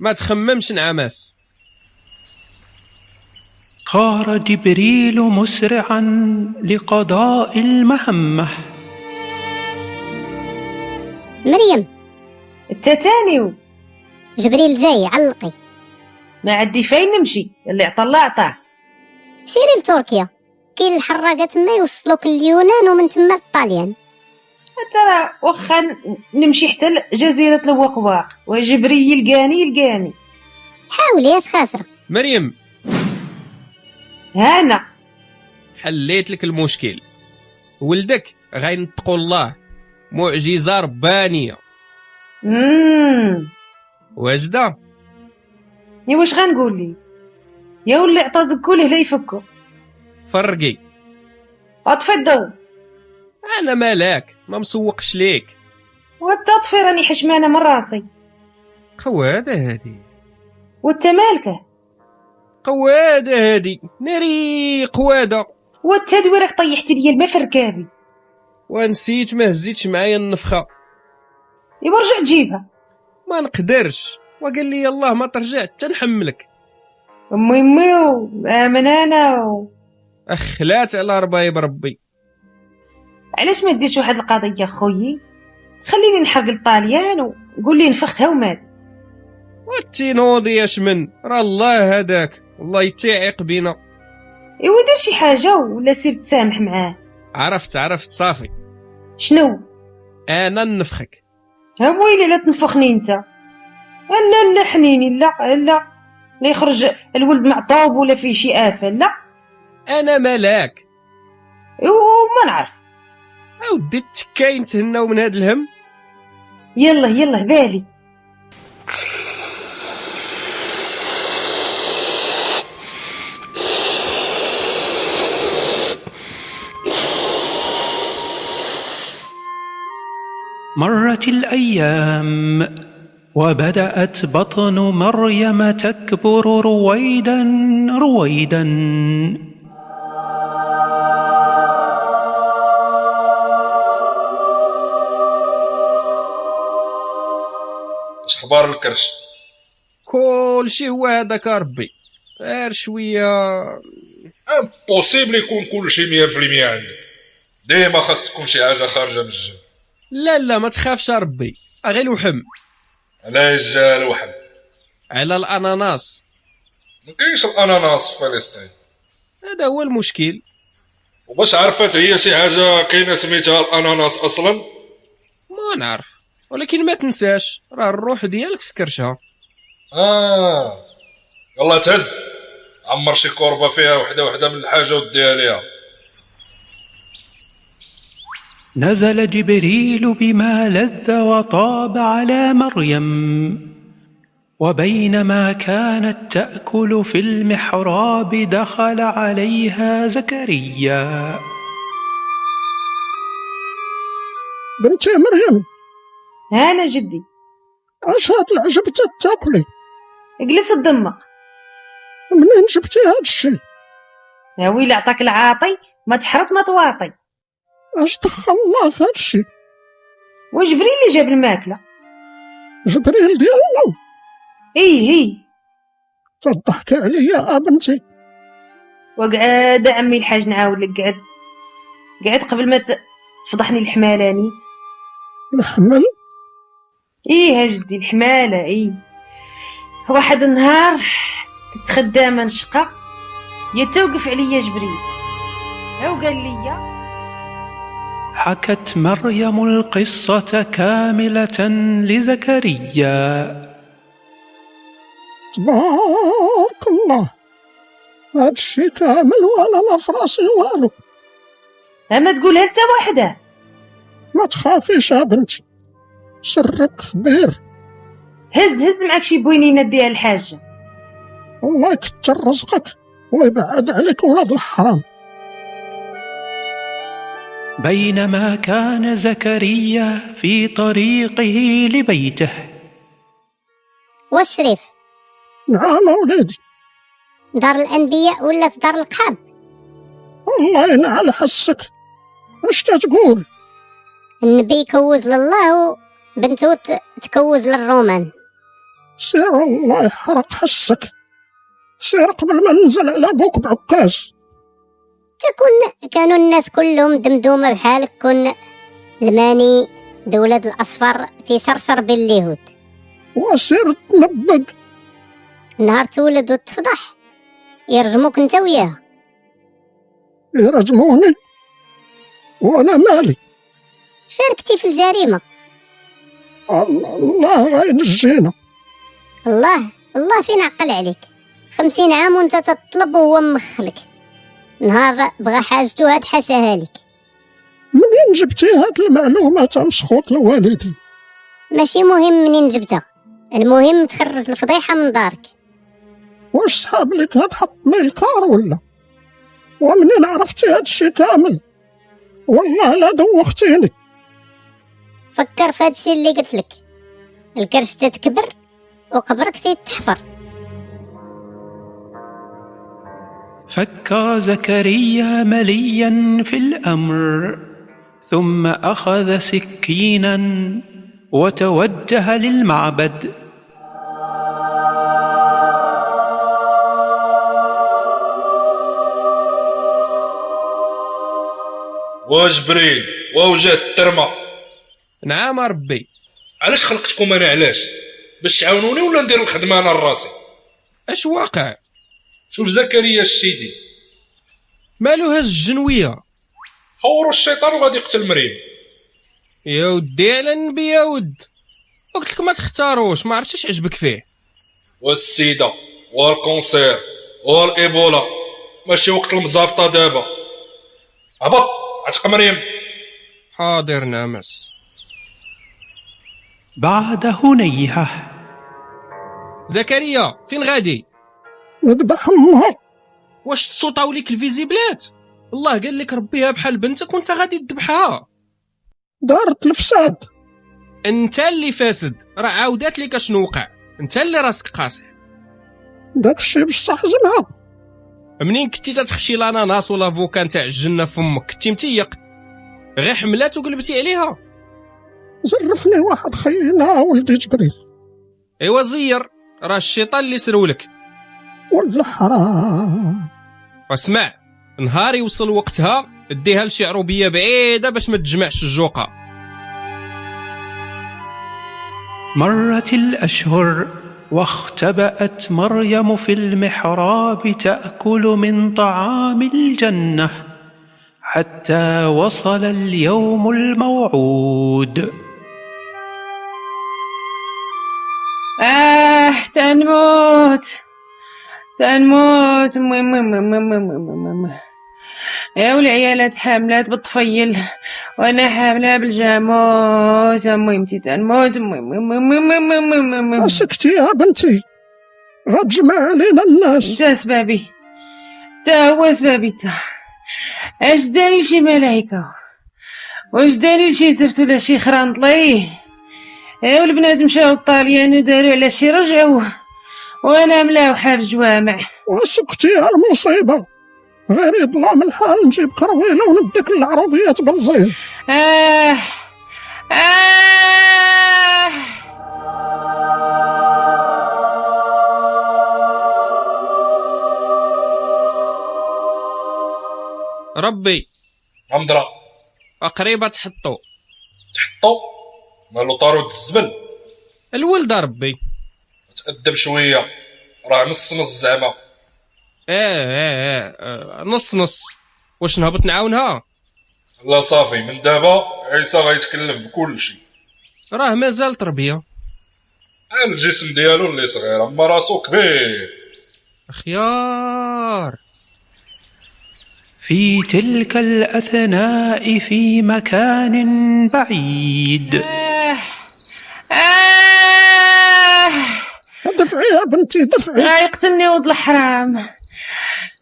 C: ما تخممش نعمس
A: طار جبريل مسرعا لقضاء المهمه
I: مريم
H: التتاني
I: جبريل جاي علقي
H: ما عندي فين نمشي اللي عطى الله عطاه
I: سيري لتركيا كاين الحراقه تما يوصلوك لليونان ومن تما للطاليان
H: حتى راه واخا ن- نمشي حتى لجزيره الوقواق وجبري يلقاني يلقاني
I: حاولي اش خاسره
C: مريم
H: هانا
C: حليت لك المشكل ولدك غينطقوا الله معجزه ربانيه
H: امم
C: واجده
H: يا واش غنقول لي يا ولي عطا زكوله لا يفكو
C: فرقي
H: اطفي الضو
C: انا ملاك ما مسوقش ليك
H: وانت طفي راني حشمانه من راسي
C: قواده هادي
H: وانت مالكه
C: قواده هادي ناري قواده
H: وانت دويرك طيحت ليا الماء في ركابي
C: ونسيت ما هزيتش معايا النفخه
H: ايوا رجع جيبها
C: ما نقدرش وقال لي الله ما ترجع حتى نحملك
H: امي امي وامن انا و...
C: اخلات على ربايب ربي
H: علاش ما ديرش واحد القضيه خويي خليني نحرق الطاليان وقول لي نفختها وماتت
C: والتينوضي يا شمن راه الله هداك الله يتعيق بينا
H: ايوا دير شي حاجه ولا سير تسامح معاه
C: عرفت عرفت صافي
H: شنو
C: انا نفخك
H: ها ويلي لا تنفخني انت لا لا حنيني لا لا لا يخرج الولد معطوب ولا فيه شي افه لا
C: انا ملاك
H: وما نعرف
C: اودي التكاين تهناو من هاد الهم
H: يلا يلا بالي
A: مرت الايام وبدات بطن مريم تكبر رويدا رويدا
B: اش اخبار الكرش
C: كلشي هو هداك يا ربي غير شويه
B: امبوسيبل يكون كلشي 100% عندك ديما خاص تكون شي حاجه خارجه من الجو
C: لا لا ما تخافش يا ربي غير وحم
B: على الجال وحم
C: على الاناناس
B: ما كاينش الاناناس في فلسطين
C: هذا هو المشكل
B: وباش عرفت هي شي حاجه كاينه سميتها الاناناس اصلا
C: ما نعرف ولكن ما تنساش راه الروح ديالك في كرشها
B: اه يلا آه. تهز عمر شي كوربه فيها وحده وحده من الحاجه وديها ليها
A: نزل جبريل بما لذ وطاب على مريم وبينما كانت تاكل في المحراب دخل عليها زكريا
G: بنتي مريم
H: هانا جدي
G: اش هاد العجب تاكلي
H: اجلس تدمق
G: منين جبتي هاد الشي
H: يا ويلي عطاك العاطي ما تحرط ما تواطي
G: اش دخل الله في هاد الشي
H: وجبريل اللي جاب الماكله
G: جبريل ديال الله
H: اي اي
G: تضحكي عليا بنتي
H: وقعد عمي الحاج نعاود لك قعد قعد قبل ما ت- تفضحني الحماله نيت
G: الحمل
H: ايه يا جدي الحماله ايه واحد النهار كنت خدامه نشقى يتوقف عليا جبريل او قال لي
A: حكت مريم القصه كامله لزكريا
G: تبارك الله هاد الشي كامل وانا ما في راسي والو
H: اما تقولها انت وحده
G: ما تخافيش يا بنتي سرك كبير
H: هز هز معك شي بوينينه ديها الحاجه
G: الله يكثر رزقك ويبعد عليك ولاد الحرام
A: بينما كان زكريا في طريقه لبيته
I: والشريف
G: نعم وليدي
I: دار الانبياء ولات دار القحاب
G: الله ينعل حسك اش تتقول
I: النبي يكوز لله وبنته ت- تكوز للرومان
G: سير الله يحرق حسك سير قبل ما ننزل على بوك بعكاز
I: تكون كانوا الناس كلهم دمدومة بحالك كون الماني دولة الأصفر تيشرشر باليهود
G: وسير تنبق
I: نهار تولد وتفضح يرجموك انت وياها
G: يرجموني وانا مالي
I: شاركتي في الجريمة
G: الله الله غينجينا
I: الله الله فين عقل عليك خمسين عام وانت تطلب وهو مخلك نهار بغى حاجته هاد حاشاها لك
G: منين جبتي هاد المعلومات ام سخوط لوالدي
I: ماشي مهم منين جبتها المهم تخرج الفضيحة من دارك
G: واش صحاب لك هاد حط ميكار ولا ومنين عرفتي هاد الشي كامل والله لا دوختيني
I: فكر في هادشي اللي قلت لك الكرش تتكبر وقبرك تتحفر
A: فكر زكريا مليا في الامر ثم اخذ سكينا وتوجه للمعبد
B: وجبريل ووجه الترمه
C: نعم ربي
B: علاش خلقتكم انا علاش باش تعاونوني ولا ندير الخدمه انا لراسي
C: اش واقع
B: شوف زكريا الشيدي
C: مالو هز الجنويه
B: خوروا الشيطان وغادي يقتل مريم
C: يا ودي على النبي يا ود قلت لك ما تختاروش ما عرفتش عجبك فيه
B: والسيده والكونسير والايبولا ماشي وقت المزافطه دابا هبط عتق مريم
C: حاضر نامس
A: بعد هنيهه
C: زكريا فين غادي
G: نذبح امها
C: واش تصوتاو ليك الفيزيبلات الله قال لك ربيها بحال بنتك وانت غادي تذبحها
G: دارت الفساد
C: انت اللي فاسد راه عاودات لك اشنو وقع انت اللي راسك قاصح
G: داك الشي بصح زمها
C: منين كنتي تتخشي الاناناس ولا فوكا نتاع الجنه فمك كنتي متيق غير حملات وقلبتي عليها
G: زرفني واحد خينا ولدي جبريل
C: ايوا زير راه الشيطان اللي سرولك
G: ولا حرام
C: واسمع نهار يوصل وقتها ديها لشي عروبيه بعيده باش ما تجمعش الجوقه
A: مرت الاشهر واختبات مريم في المحراب تاكل من طعام الجنه حتى وصل اليوم الموعود
H: Ah, اه تنموت تنموت مي مي مي مي مي مي مي مي مي. يا والعيالات حاملات بالطفيل وانا حامله بالجاموس ميمتي تنموت مي مي مي مي مي مي مي مي مي
G: سكتي يا بنتي غتجمع علينا الناس
H: انت سبابي تا هو سبابي تا اش داري شي ملايكه واش داري شي زفت ولا شي خران طليه ايه والبنات مشاو الطاليان وداروا على شي رجعوا وانا ملاوحه في الجوامع
G: وسكتي يا المصيبه غير يطلع من الحال نجيب قرويله ونديك العربيه بنزين
H: آه آه
C: ربي
B: غمضرة
C: قريبه تحطو
B: تحطو مالو طارود الزبل
C: الولد ربي
B: تأدب شوية راه نص نص زعما
C: آه, آه, آه, اه نص نص واش نهبط نعاونها
B: لا صافي من دابا عيسى غيتكلف بكلشي
C: راه مازال تربيه
B: ها الجسم ديالو اللي صغير اما راسو كبير
C: خيار
A: في تلك الاثناء في مكان بعيد
H: آه آه
G: دفعي يا بنتي دفعي
H: غيقتلني ولد الحرام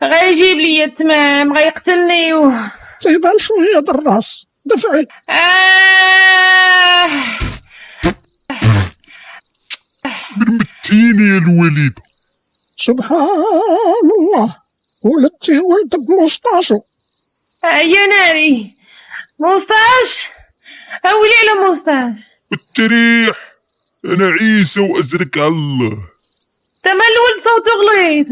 H: غيجيب لي التمام غيقتلني و...
G: تيبان شويه د الراس دفعي
H: آه
J: برمتيني يا الوليد
G: سبحان الله ولدتي ولد بموسطاشو
H: آه، يا ناري موستاش اولي على موستاش
J: بالتريح انا عيسى وازرك على الله
H: تما الولد صوته غليظ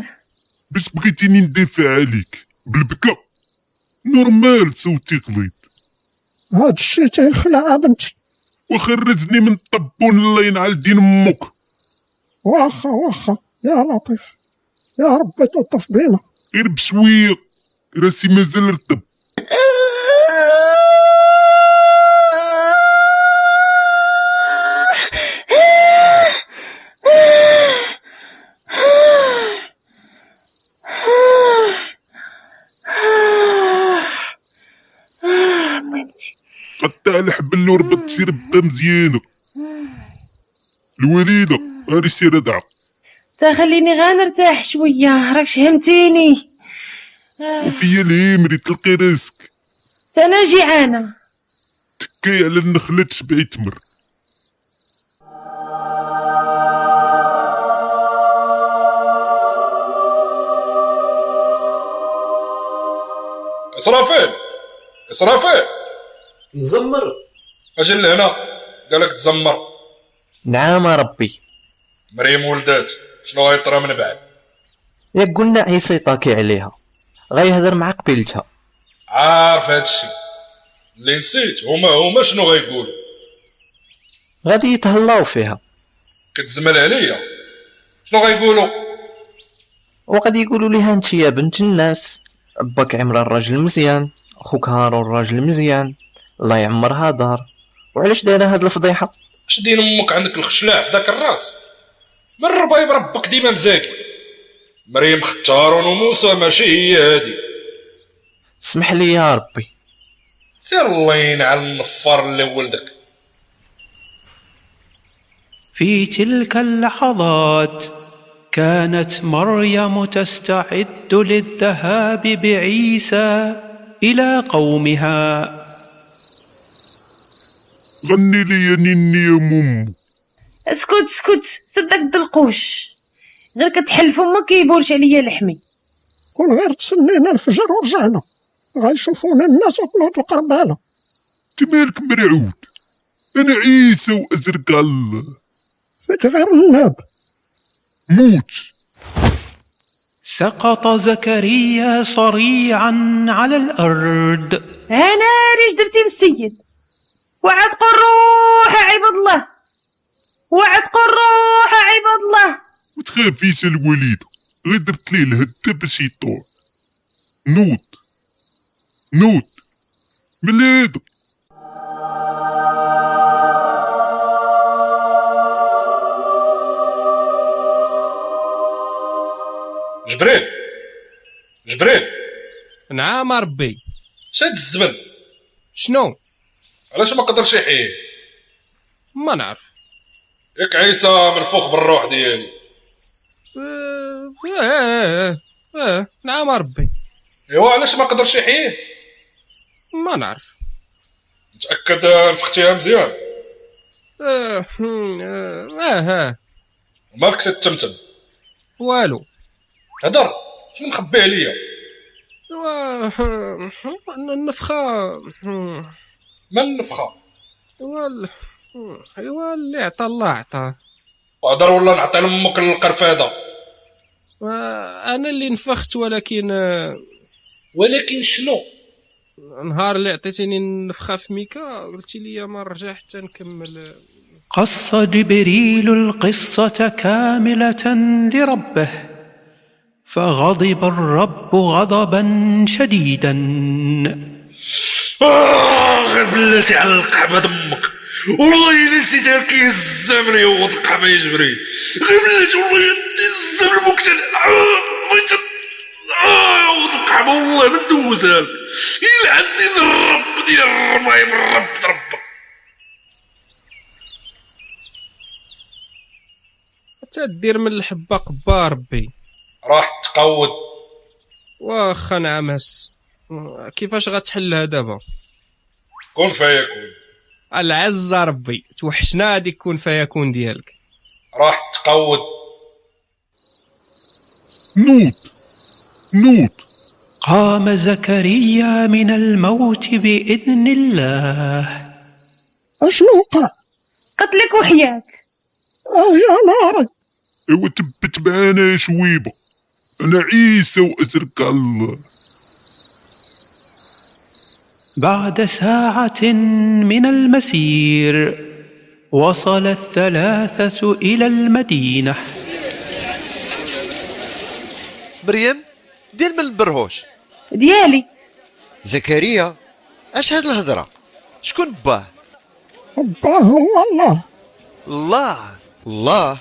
J: باش بغيتيني ندافع عليك بالبكا نورمال صوتي غليظ
G: هاد الشي تيخلع بنتي
J: وخرجني من الطبون الله ينعل دين امك
G: واخا واخا يا لطيف يا ربي تلطف بينا
J: غير بشويه راسي مازال رطب
H: آه، ميمتي
J: قطع الحبل وربطتي ربطه مزيانه الوليده غير شي ردعه
H: تا خليني غا نرتاح شويه راك شهمتيني
J: وفيا الهيمري تلقي راسك
H: تا انا جيعانه
J: تكي على النخله تشبعي تمر
B: اسرافيل اسرافيل
D: نزمر
B: اجي لهنا قالك تزمر
D: نعم ربي
B: مريم ولدات شنو غيطرى من بعد
D: يا قلنا عيسى يطاكي عليها غيهضر مع قبيلتها
B: عارف هادشي اللي نسيت هما هما شنو غيقولوا
D: غادي يتهلاو فيها
B: كتزمل عليا شنو غيقولوا
D: وغادي يقولوا لها انت يا بنت الناس باك عمران راجل مزيان خوك هارون راجل مزيان الله يعمرها دار وعلاش دايره هاد الفضيحه
B: اش دين امك عندك الخشلاع في ذاك الراس من الربايب ربك ديما مزاكي مريم ختارون وموسى ماشي هي هادي
D: اسمح لي يا ربي
B: سير الله ينعل النفار اللي ولدك
A: في تلك اللحظات كانت مريم تستعد للذهاب بعيسى الى قومها
J: غني لي يا نيني يا مم
H: اسكت اسكت سدك الدلقوش غير كتحل فمك كيبولش عليا لحمي
G: كون غير تسنينا الفجر ورجعنا غيشوفونا الناس وطلعت القربانه
J: انت مالك مرعود انا عيسى وازرك على الله
G: فيك غير الناب
J: موت
A: سقط زكريا صريعا على الارض
H: انا ريش درتي للسيد وعد قول روح عباد الله وعد قول روح عباد الله
J: ما تخافيش الوليد غير درت ليه الهده باش يطوع نوض نوض مليد
B: جبريل جبريل
C: نعم ربي
B: شاد الزمن
C: شنو
B: علاش ما قدرش يحيي
C: ما نعرف
B: ياك عيسى منفوخ بالروح ديالي
C: آه، آه، آه، نعم ربي
B: ايوا علاش ما قدرش يحييه
C: ما نعرف
B: متاكد آه، نفختيها مزيان
C: آه، هم، آه، آه، آه،
B: مالك تتمتم
C: والو
B: هدر شنو مخبي عليا
C: آه، هم، هم، النفخة هم،
B: ما النفخه
C: ايوا ال- هم، ايوا اللي عطى الله عطاه
B: هدر ولا نعطي لامك القرفاده
C: آه، انا اللي نفخت ولكن آه،
B: ولكن شنو
C: نهار اللي عطيتيني النفخه في ميكا قلتي لي ما نرجع حتى نكمل
A: قص جبريل القصة كاملة لربه فغضب الرب غضبا شديدا
B: آه غير بلاتي على القحبة دمك والله إلا نسيتها كيهز الزمن يوض القحبة يا جبريل غير بلاتي والله يدي الزمن مقتل بغيت يوض القحبة والله ما ندوزها لك إلا عندي ذا الرب ديال الربايب الرب ربك
C: حتى دير من الحبه قبا ربي
B: راح تقود
C: واخا نعم هس كيفاش غتحلها دابا
B: كون فيكون
C: العزة ربي توحشنا هذيك كون فيكون ديالك
B: راح تقود
A: نوت نوت قام زكريا من الموت بإذن الله
G: اشنو وقع
H: قتلك وحياك
G: اه يا ناري
J: ايوا تبت معانا يا شويبه انا عيسى وازرق على الله
A: بعد ساعة من المسير وصل الثلاثة إلى المدينة
K: مريم دير من البرهوش
H: ديالي
K: زكريا اش هاد الهضره شكون باه
G: باه هو الله
K: الله الله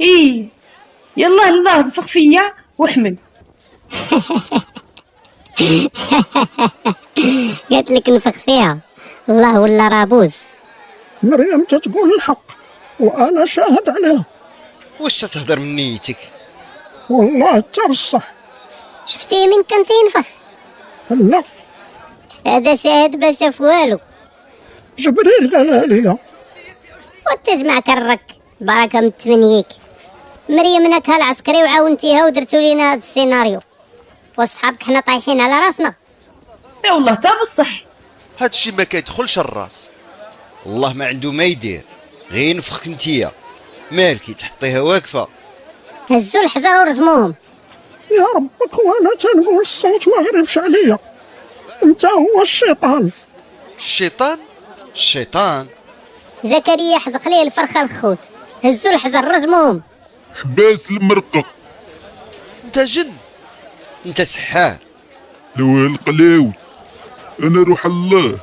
H: ايه يلا الله دفق فيا وحمل
I: قالت لك نفخ فيها الله ولا رابوز
G: مريم تتقول الحق وانا شاهد عليه
K: واش تتهضر من نيتك
G: والله حتى بصح
I: شفتيه من كان تينفخ
G: لا
I: هذا شاهد ما شاف والو
G: جبريل قالها ليا
I: وتجمع كرك بركه من تمنيك مريم ناكها العسكري وعاونتيها ودرتو لينا هذا السيناريو واش صحابك حنا طايحين على راسنا
H: اي والله تا بصح
K: هادشي ما كيدخلش الراس الله ما عنده ما يدير غير نفخك نتيا مالكي تحطيها واقفه
I: هزوا الحجر ورجموهم
G: يا ربك وانا تنقول الصوت ما غريبش عليا انت هو الشيطان
K: الشيطان الشيطان
I: زكريا حزق ليه الفرخه الخوت هزوا الحجر رجموهم
J: حباس المرقه
K: انت جن انت سحار
J: لو القلاوي انا روح الله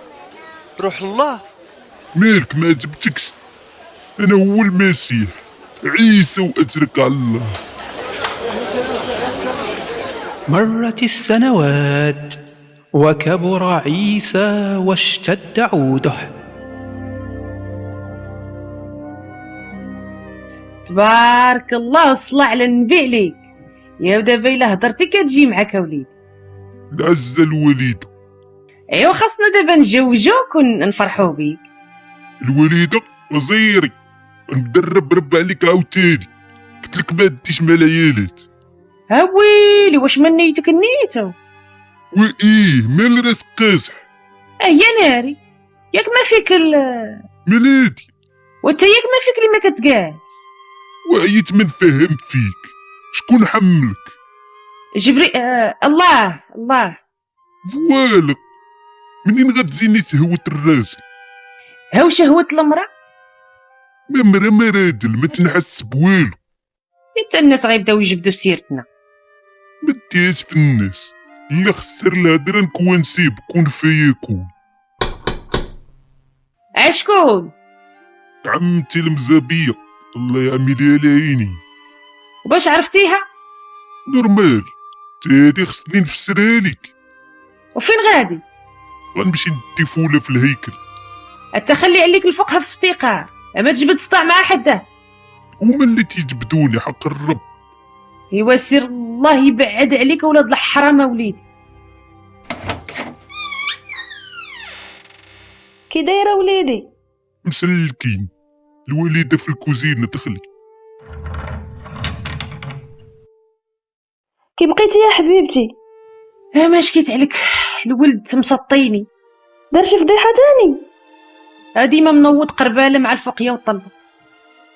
K: روح الله
J: مالك ما جبتكش انا هو المسيح عيسى واترك على الله
A: مرت السنوات وكبر عيسى واشتد عوده
H: تبارك الله وصلى على النبي عليك يا ودابا الا هضرتي كتجي معاك وليد
J: العزه الوليده
H: ايوا خاصنا دابا نجوجوك ونفرحوا بيك
J: الوليده وزيري ندرب رب عليك عاوتاني قلت لك ما ديش مع العيالات
H: ها ويلي واش من نيتك نيته
J: وايه مال راس قاصح
H: اه يا ناري ياك ما فيك ال
J: ملادي
H: وانت ياك ما فيك اللي ما كتقال
J: وعيت من فهمت فيك شكون حملك
H: جبري آه الله الله
J: فوالا منين غتزيني تهوى الراجل
H: هاو شهوة المرأة
J: ما مرا ما راجل ما تنحس بوالو
H: حتى الناس غيبداو يجبدوا سيرتنا
J: ما ديهاش في الناس اللي خسر الهضره نكون نسيب كون فيكون
H: اشكون
J: عمتي المزابيه الله يعملها على عيني
H: وباش عرفتيها
J: نورمال تادي خصني نفسرها لك
H: وفين غادي
J: غنمشي ندي فولة في الهيكل
H: التخلي عليك الفقه في افتقار ما تجبد سطع مع حدا
J: هما اللي تيجبدوني حق الرب
H: ايوا سير الله يبعد عليك ولاد الحرام وليدي كي دايره وليدي
J: مسلكين الوالدة في الكوزينة دخلت
H: كي بقيتي يا حبيبتي ها ما شكيت عليك الولد مسطيني دار شي فضيحه تاني هادي ما منوض قرباله مع الفقيه والطلبه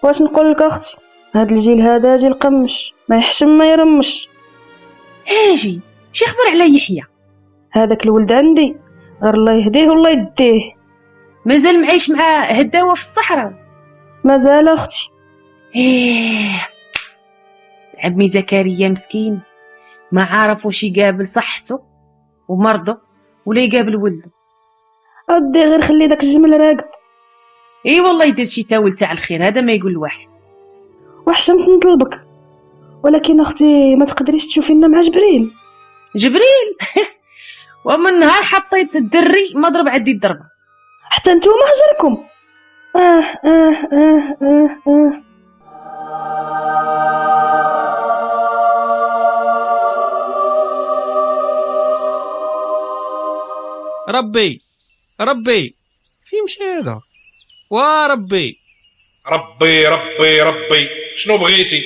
L: واش نقول لك اختي هاد الجيل هذا جيل قمش ما يحشم ما يرمش
H: اجي شي خبر على يحيى
L: هذاك الولد عندي غير الله يهديه والله يديه
H: مازال معيش مع هداوه في الصحراء
L: مازال اختي
H: ايه عمي زكريا مسكين ما عارف واش يقابل صحته ومرضه ولا يقابل ولده
L: ردي غير خلي داك الجمل راقد
H: اي والله يدير شي تاول تاع الخير هذا ما يقول الواحد
L: وحشمت نطلبك ولكن اختي ما تقدريش تشوفينا مع جبريل
H: جبريل ومن نهار حطيت الدري مضرب عدي الضربه
L: حتى نتوما هجركم اه اه اه اه اه
C: ربي ربي فين مشى هذا وربي
B: ربي ربي ربي طيب، شنو بغيتي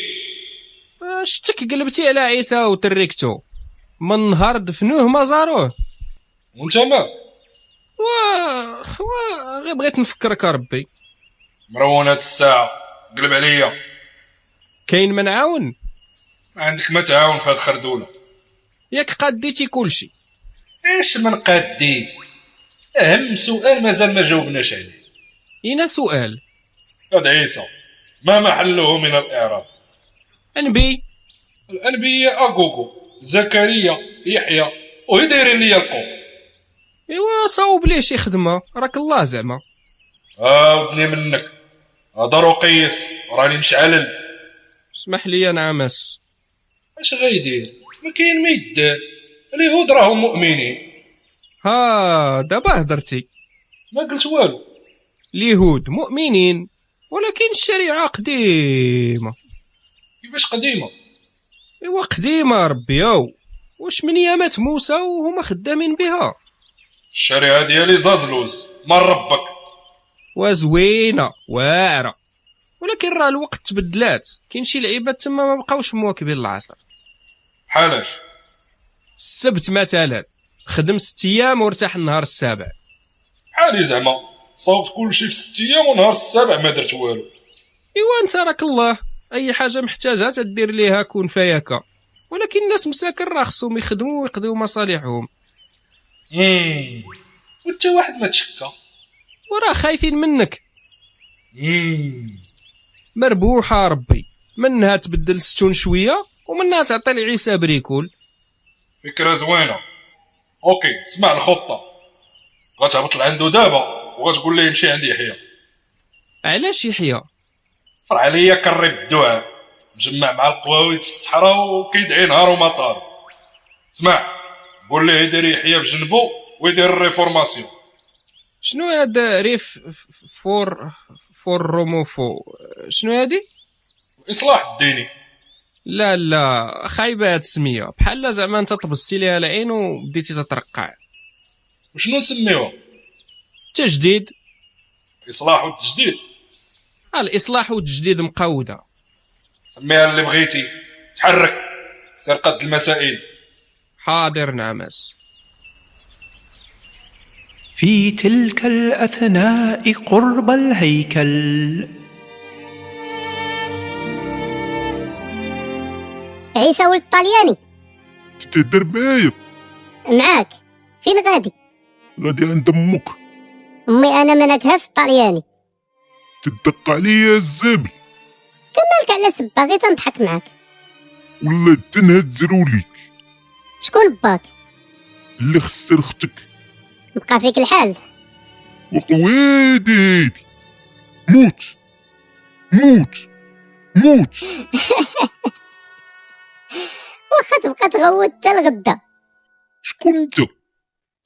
C: آه، شتك قلبتي على عيسى وتركته من نهار دفنوه ما زاروه
B: وانت مال
C: وا وا غير بغيت نفكرك ربي
B: مرونة الساعة قلب عليا
C: كاين ما نعاون
B: ما عندك ما تعاون في هاد الخردولة
C: ياك قديتي كلشي
B: ايش من قديت اهم سؤال مازال ما جاوبناش عليه
C: هنا سؤال
B: هاد عيسى ما محله من الاعراب
C: انبي
B: الانبياء اغوغو زكريا يحيى وهي دايرين ليا القوم
C: ايوا صاوب ليه شي خدمه راك الله زعما
B: اه ودني منك هضر وقيس راني مشعلل
C: اسمح لي انا عمس
B: اش غيدير ما كاين ما يدار اليهود راهم مؤمنين
C: ها دابا هضرتي
B: ما قلت والو
C: اليهود مؤمنين ولكن الشريعه قديمه
B: كيفاش قديمه
C: ايوا قديمه ربي ياو واش من يامات موسى وهما خدامين بها
B: الشريعه ديالي زازلوز من ربك
C: وزوينه واعره ولكن راه الوقت تبدلات كاين شي لعيبات تما ما بقاوش مواكبين العصر
B: حالاش
C: السبت مثلا خدم ست ايام وارتاح النهار السابع
B: حالي زعما صوبت كلشي في ست ايام ونهار السابع ما درت والو
C: ايوا انت راك الله اي حاجه محتاجها تدير ليها كون فياكا ولكن الناس مساكن راه خصهم يخدموا ويقضيو مصالحهم
B: مم. وانت إيه. واحد ما تشكى
C: وراه خايفين منك
B: مم.
C: مربوحه ربي منها تبدل الستون شويه ومنها تعطي لعيسى بريكول
B: فكره زوينه اوكي اسمع الخطه غتهبط لعندو دابا وغتقول ليه يمشي عند يحيى
C: علاش يحيى
B: فرع عليا كري بالدعاء مجمع مع القواوي في الصحراء وكيدعي نهار ومطار اسمع قول ليه يدير يحيى في جنبو ويدير الريفورماسيون
C: شنو هاد ريف فور فور روموفو شنو هادي
B: الاصلاح الديني
C: لا لا خايبه هاد السميه بحال زعما انت طبستي ليها العين وبديتي تترقع
B: وشنو نسميوها
C: تجديد
B: الاصلاح والتجديد
C: آه، الاصلاح والتجديد مقوده
B: سميها اللي بغيتي تحرك سير قد المسائل
C: حاضر نعمس
A: في تلك الأثناء قرب الهيكل
I: عيسى ولد طلياني
J: تتهدر معايا
I: معاك فين غادي
J: غادي عند امك
I: امي انا ما ناكلهاش الطلياني
J: تدق عليا الزبل
I: كمالك على سبا غير تنضحك معاك
J: ولا تنهد زرولي
I: شكون باك
J: اللي خسر اختك
I: بقى فيك الحال
J: وقويدي موت موت موت
I: واخا تبقى تغوت حتى الغدا
J: شكون انت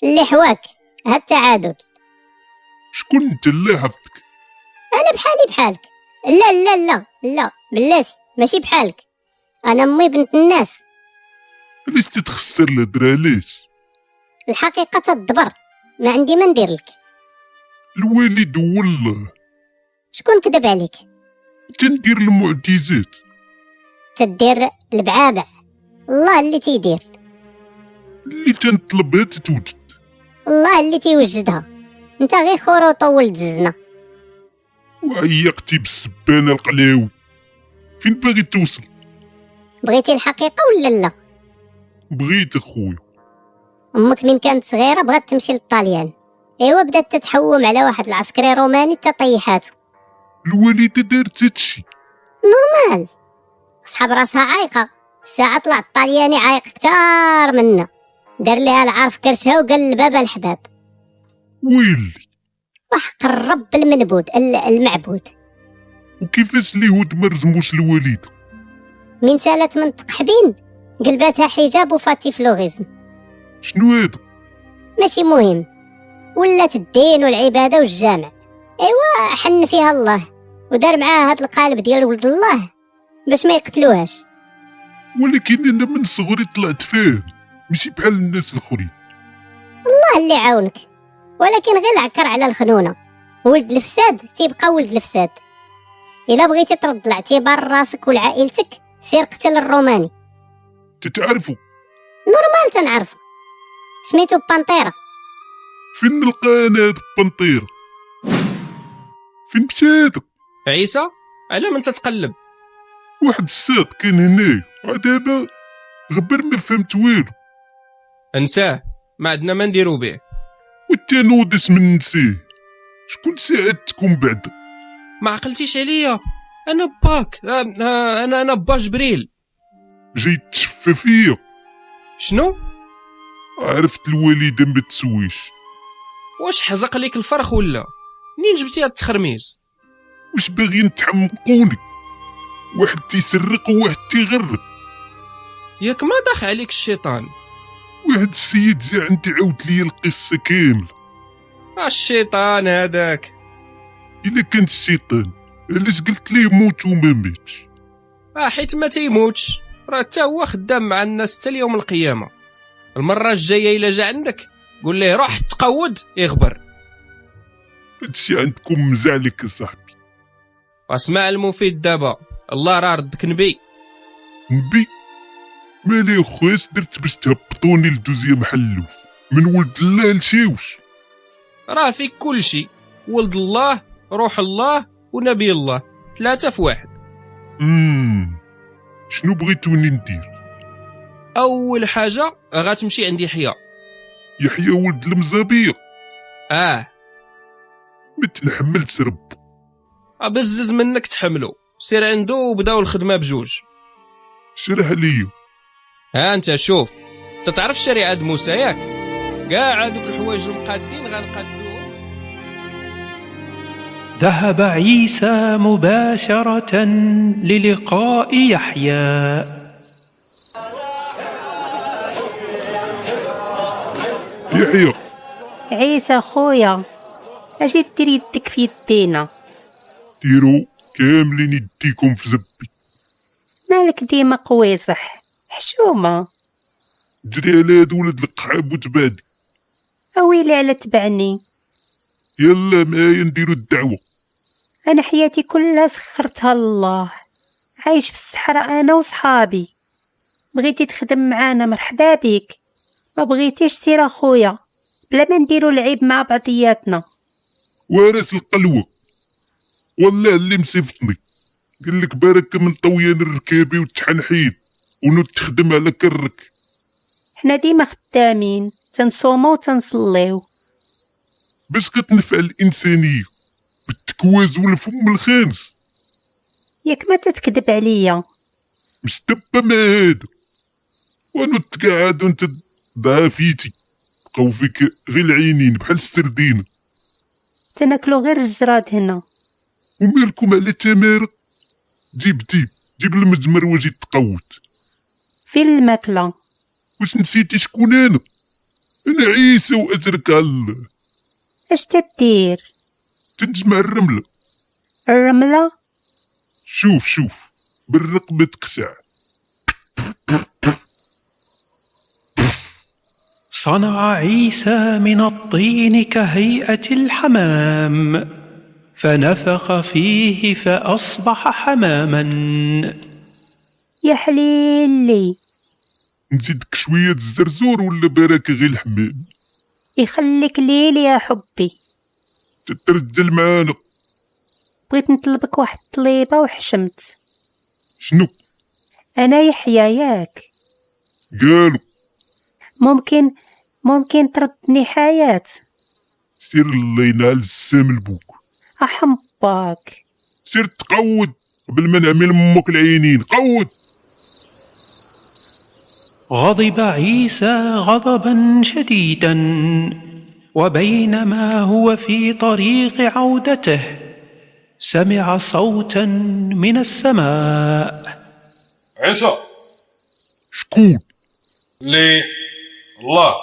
I: اللي حواك ها التعادل
J: شكون انت الله يحفظك
I: انا بحالي بحالك لا لا لا لا بلاتي ماشي بحالك انا امي بنت الناس
J: علاش تتخسر الهضره علاش
I: الحقيقه تدبر ما عندي ما ندير لك
J: الوالد هو الله
I: شكون كذب عليك
J: تندير المعجزات
I: تدير البعابع الله اللي تيدير
J: اللي تنطلبها تتوجد
I: الله اللي تيوجدها انت غير خروط ولد الزنا
J: وعيقتي بالسبانه القلاوي فين باغي توصل
I: بغيتي الحقيقه ولا لا
J: بغيت اخويا
I: امك من كانت صغيره بغات تمشي للطاليان ايوا بدات تتحوم على واحد العسكري روماني حتى طيحاتو
J: الوالده دارت هادشي
I: نورمال صحاب راسها عايقه ساعه طلع الطلياني عايق كتار منا دار ليها العار في كرشها وقال لبابا الحباب
J: ويلي
I: وحق الرب المنبود ال- المعبود
J: وكيفاش اليهود ما رزموش الوالده
I: من سالت منطق حبين قلباتها حجاب وفاتي فلوغيزم
J: شنو هذا
I: ماشي مهم ولات الدين والعباده والجامع ايوا حن فيها الله ودار معاها هاد القالب ديال ولد الله باش ما يقتلوهاش
J: ولكن انا من صغري طلعت فاهم ماشي بحال الناس الاخرين
I: الله اللي عاونك ولكن غير العكر على الخنونه ولد الفساد تيبقى ولد الفساد الا بغيتي ترد الاعتبار راسك ولعائلتك سير قتل الروماني
J: تتعرفوا
I: نورمال تنعرفو سميتو بانطيرة
J: فين نلقى انا هاد البنطيره فين مشى هذا
C: عيسى على من تتقلب
J: واحد الساط كان هنا دابا غبر ما فهمت والو
C: انساه ما عندنا ما نديرو به
J: والتانود اش من نسيه شكون ساعدتكم بعد
C: ما عقلتيش عليا انا باك أم- آه، انا انا با جبريل
J: جاي تشفى فيا
C: شنو
J: عرفت الوالده ما تسويش
C: واش حزق ليك الفرخ ولا منين جبتي هاد التخرميز
J: واش باغيين تحمقوني واحد تيسرق وواحد تيغرق
C: ياك ما داخ عليك الشيطان
J: واحد السيد جا عندي عاود لي القصه كامله
C: آه، الشيطان هذاك
J: الا كان الشيطان علاش قلت ليه موت وما ماتش
C: اه حيت ما تيموتش راه حتى هو خدام مع الناس حتى اليوم القيامه المره الجايه الا جا عندك قول ليه روح تقود يغبر
J: هادشي عندكم مزعلك يا صاحبي
C: اسمع المفيد دابا الله راه ردك نبي
J: نبي مالي يا خويا اش درت باش تهبطوني لدوزيام حلوف من ولد الله لشاوش
C: راه فيك كل شيء ولد الله روح الله ونبي الله ثلاثة في واحد
J: امم شنو بغيتوني ندير
C: أول حاجة غتمشي عند يحيى
J: يحيى ولد المزابيق
C: آه
J: ما تنحملش رب
C: بزز منك تحملو سير عنده وبداو الخدمة بجوج
J: شرح لي
C: ها أنت شوف تتعرف شريعة موسى ياك كاع هادوك الحوايج المقادين غنقادوهم
A: ذهب عيسى مباشرة للقاء يحيى
J: يحيى
M: عيسى خويا اجي دير يدك في يدينا
J: ديروا كاملين يديكم في زبي
M: مالك ديما قويصح حشومة
J: جري على هاد ولد القحاب وتبادي
M: اويلي على تبعني
J: يلا معايا نديروا الدعوه
M: انا حياتي كلها سخرتها لله عايش في الصحراء انا وصحابي بغيتي تخدم معانا مرحبا بك ما بغيتيش سير اخويا بلا ما نديرو العيب مع بعضياتنا
J: وارث القلوه والله اللي مسيفتني قال لك بارك من طويان الركابي وتحنحين ونوت تخدم على كرك
M: حنا ديما خدامين تنصومو وتنصليو
J: باش كتنفع الانسانيه بالتكواز والفم الخامس
M: ياك ما تتكذب عليا
J: مش دبا مع هادو ونوت تقعد وانت ضعفيتي بقاو فيك غير العينين بحال السردينه
M: تناكلو غير الجراد هنا
J: ومالكم على تمارة جيب جيب جيب المجمر وجي تقوت
M: في الماكلة
J: واش نسيتي شكون انا انا عيسى واترك على الله
M: اش تدير
J: تنجمع الرمله
M: الرملة
J: شوف شوف بالرقبه تقشع
A: صنع عيسى من الطين كهيئة الحمام فنفخ فيه فأصبح حماما
M: يا حليلي
J: نزيدك شويه د الزرزور ولا برك غير الحمام
M: يخليك ليلي يا حبي
J: تترجل معانا
M: بغيت نطلبك واحد الطليبة وحشمت
J: شنو
M: أنا يحيى ياك
J: قالوا
M: ممكن ممكن تردني حياة
J: سير الله ينعل السام البوك
M: أحمقك
J: سير تقود قبل ما نعمل امك العينين قود
A: غضب عيسى غضبا شديدا وبينما هو في طريق عودته سمع صوتا من السماء
B: عيسى
J: شكون
B: لي الله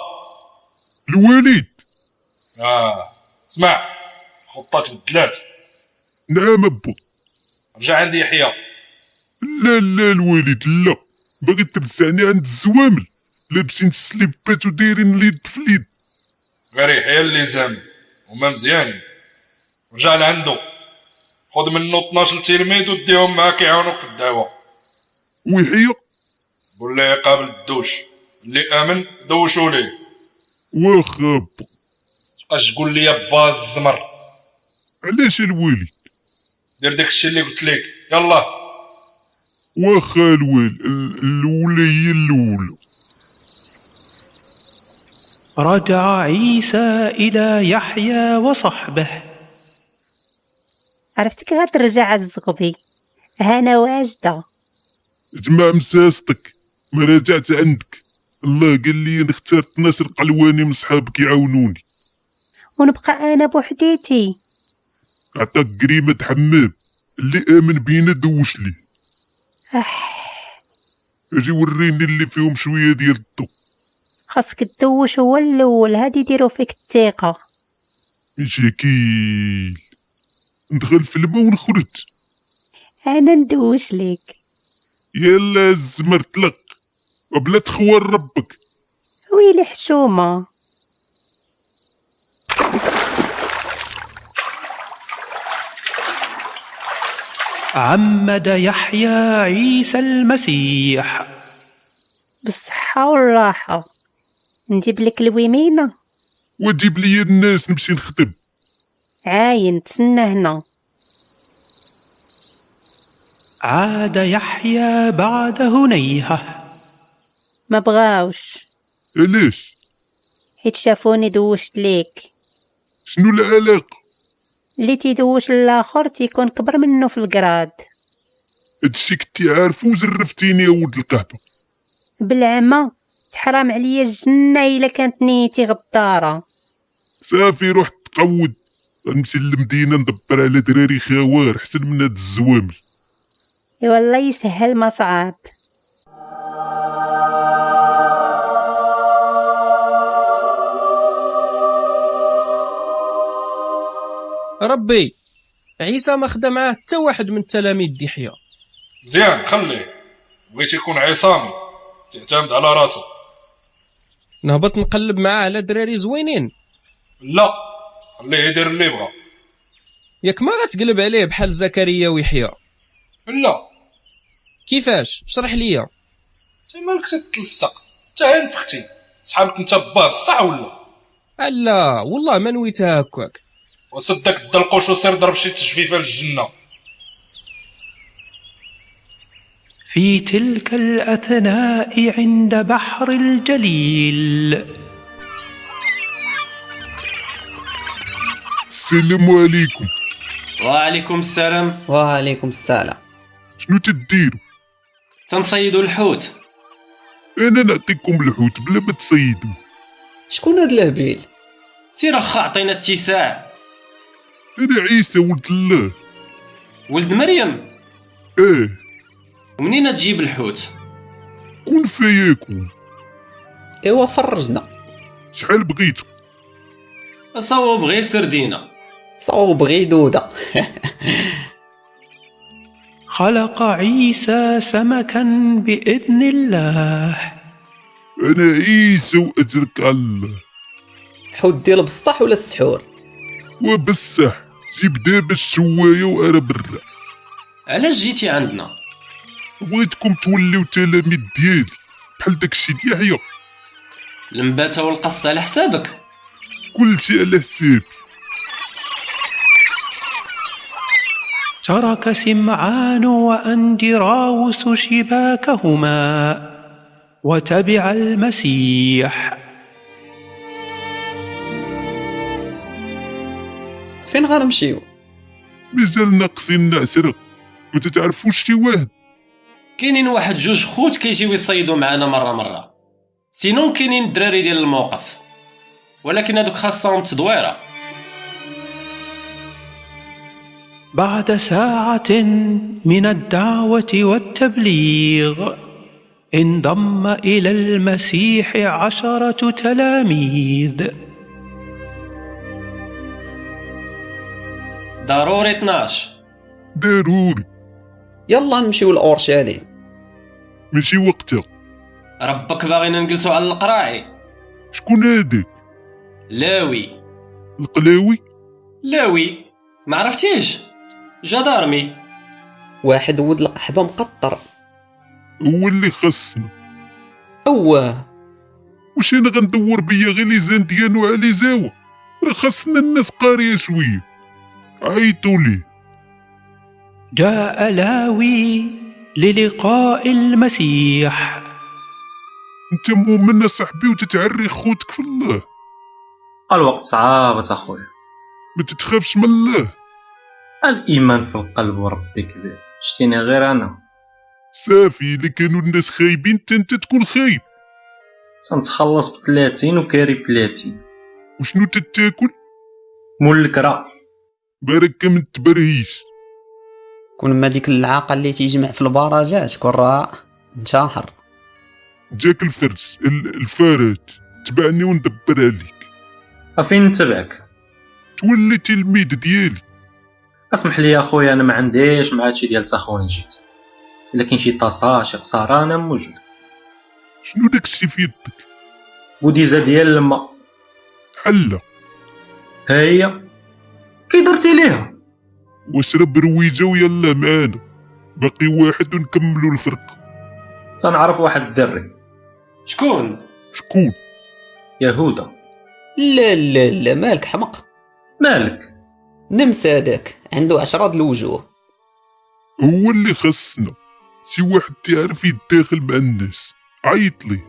J: الوالد
B: اه اسمع خطة تبدلات
J: نعم ابا
B: رجع عندي يحيى
J: لا لا الوالد لا باغي تلسعني عند الزوامل لابسين السليبات ودايرين اليد في اليد
B: غير يحيى اللي زام هما مزيانين رجع لعندو خذ منه 12 تلميذ وديهم معاك يعاونوك في الدعوة
J: ويحيى
B: قول ليه قابل الدوش اللي امن دوشوا ليه
J: واخا ابا
B: بقاش تقول لي باز الزمر
J: علاش الوالد
B: دير داك الشيء اللي قلت لك يلا
J: واخا الوالد ال- الاولى هي الاولى
A: رجع عيسى إلى يحيى وصحبه
M: عرفتك غترجع عالزغبي هانا واجدة
J: جمع مساستك ما راجعت عندك الله قال لي نختار 12 قلواني من صحابك يعاونوني
M: ونبقى أنا بوحديتي
J: عطاك كريمة حمام اللي آمن بينا دوش لي
M: أح
J: اجي وريني اللي فيهم شوية ديال الضو
M: خاصك تدوش هو الأول هادي يديرو فيك الثقة
J: مشاكيل ندخل في الماء ونخرج
M: أنا ندوش ليك
J: يلا الزمر طلق وبلا تخوار ربك
M: ويلي حشومة
A: عمد يحيى عيسى المسيح
M: بالصحة والراحة نجيب لك الومينة
J: وجيب لي الناس نمشي نخدم
M: عاين تسنى هنا
A: عاد يحيى بعد هنيهة
M: ما بغاوش
J: علاش
M: حيت شافوني دوشت ليك
J: شنو العلاقة
M: اللي تيدوش للاخر تيكون كبر منه في القراد
J: هادشي كنتي عارفو وزرفتيني يا ولد القهبة
M: بالعمى تحرام عليا الجنة الا كانت نيتي غدارة
J: صافي روح تقود غنمشي للمدينة ندبر على دراري خوار حسن من هاد الزوامل
M: إيوا الله يسهل ما صعاب
C: ربي عيسى ما خدا معاه حتى واحد من تلاميذ يحيى
B: مزيان خليه بغيت يكون عصامي تعتمد على راسو
C: نهبط نقلب معاه على دراري زوينين
B: لا خليه يدير اللي يبغى
C: ياك ما غتقلب عليه بحال زكريا ويحيى
B: لا
C: كيفاش شرح ليا
B: انت مالك تتلصق انت عين فختي صحابك انت باه بصح ولا
C: لا والله ما نويتها هكاك
B: وصدك الدلقوش وسير ضرب شي تجفيفه للجنه
A: في تلك الأثناء عند بحر الجليل
J: السلام عليكم
N: وعليكم السلام
O: وعليكم السلام
J: شنو تديروا
N: تنصيدوا الحوت
J: انا نعطيكم الحوت بلا ما تصيدوا
O: شكون هاد الهبيل
N: سير اخا عطينا اتساع
J: انا عيسى ولد الله
N: ولد مريم
J: اه
N: ومنين تجيب الحوت
J: كن فيكون
O: ايوا فرجنا
J: شحال بغيتو
N: صوب غير سردينه
O: صوب غير دوده
A: خلق عيسى سمكا باذن الله
J: انا عيسى واجرك على الله
O: حود ديال بصح ولا السحور
J: وبصح جيب دابا الشوايه وانا برا
N: علاش جيتي عندنا
J: بغيتكم توليو تلاميذ ديالي بحال داكشي ديال يحيى
N: المباتة والقص على حسابك
J: كلشي على حسابي
A: ترك سمعان واندراوس شباكهما وتبع المسيح
O: فين غنمشيو
J: مازال ناقصين نعسرة ما تتعرفوش شي واحد
N: كاينين واحد جوج خوت كيجيو يصيدوا معانا مره مره سينون كاينين الدراري ديال الموقف ولكن هادوك خاصهم تدويره
A: بعد ساعه من الدعوه والتبليغ انضم الى المسيح عشره تلاميذ
N: ضروري 12
J: ضروري
O: يلا نمشيو لاورشليم
J: ماشي وقتها
N: ربك باغينا نجلسوا على القراعي
J: شكون هادي
N: لاوي
J: القلاوي
N: لاوي ما عرفتيش جدارمي
O: واحد ود القحبه مقطر
J: هو اللي خصنا
O: اواه
J: واش انا غندور بيا غير لي زان ديالو على زاوة راه خاصنا الناس قاريه شويه عيطوا ليه
A: جاء لاوي للقاء المسيح
J: انت مؤمن صاحبي وتتعري خوتك في الله
P: الوقت صعابة أخويا
J: ما تتخافش من الله
P: الإيمان في القلب وربي كبير شتيني غير أنا
J: صافي الا كانوا الناس خايبين حتى انت تكون خايب
P: تنتخلص ب 30 وكاري 30
J: وشنو تتاكل
P: مول الكرا
J: بارك من التبرهيش
O: كون ما ديك اللعاقه اللي تيجمع في البراجات كون راه انتحر
J: جاك الفرس ال- الفارات تبعني وندبر عليك
P: أفين نتبعك
J: تولي تلميذ ديالي
P: اسمح لي أخويا أنا ما عنديش مع هادشي ديال تخوانجيت إلا كاين شي طاسة شي قصارة أنا موجود
J: شنو داكشي في يدك
P: بوديزة ديال الماء
J: حلة
P: ها هي كي درتي ليها
J: واشرب رويجة ويلا معانا باقي واحد ونكملوا الفرقة
P: تنعرف واحد الدري
N: شكون
J: شكون
P: يهودا
O: لا لا لا مالك حمق
P: مالك
O: نمس هذاك عنده عشرة د الوجوه
J: هو اللي خصنا شي واحد تعرف يتداخل مع الناس عيط لي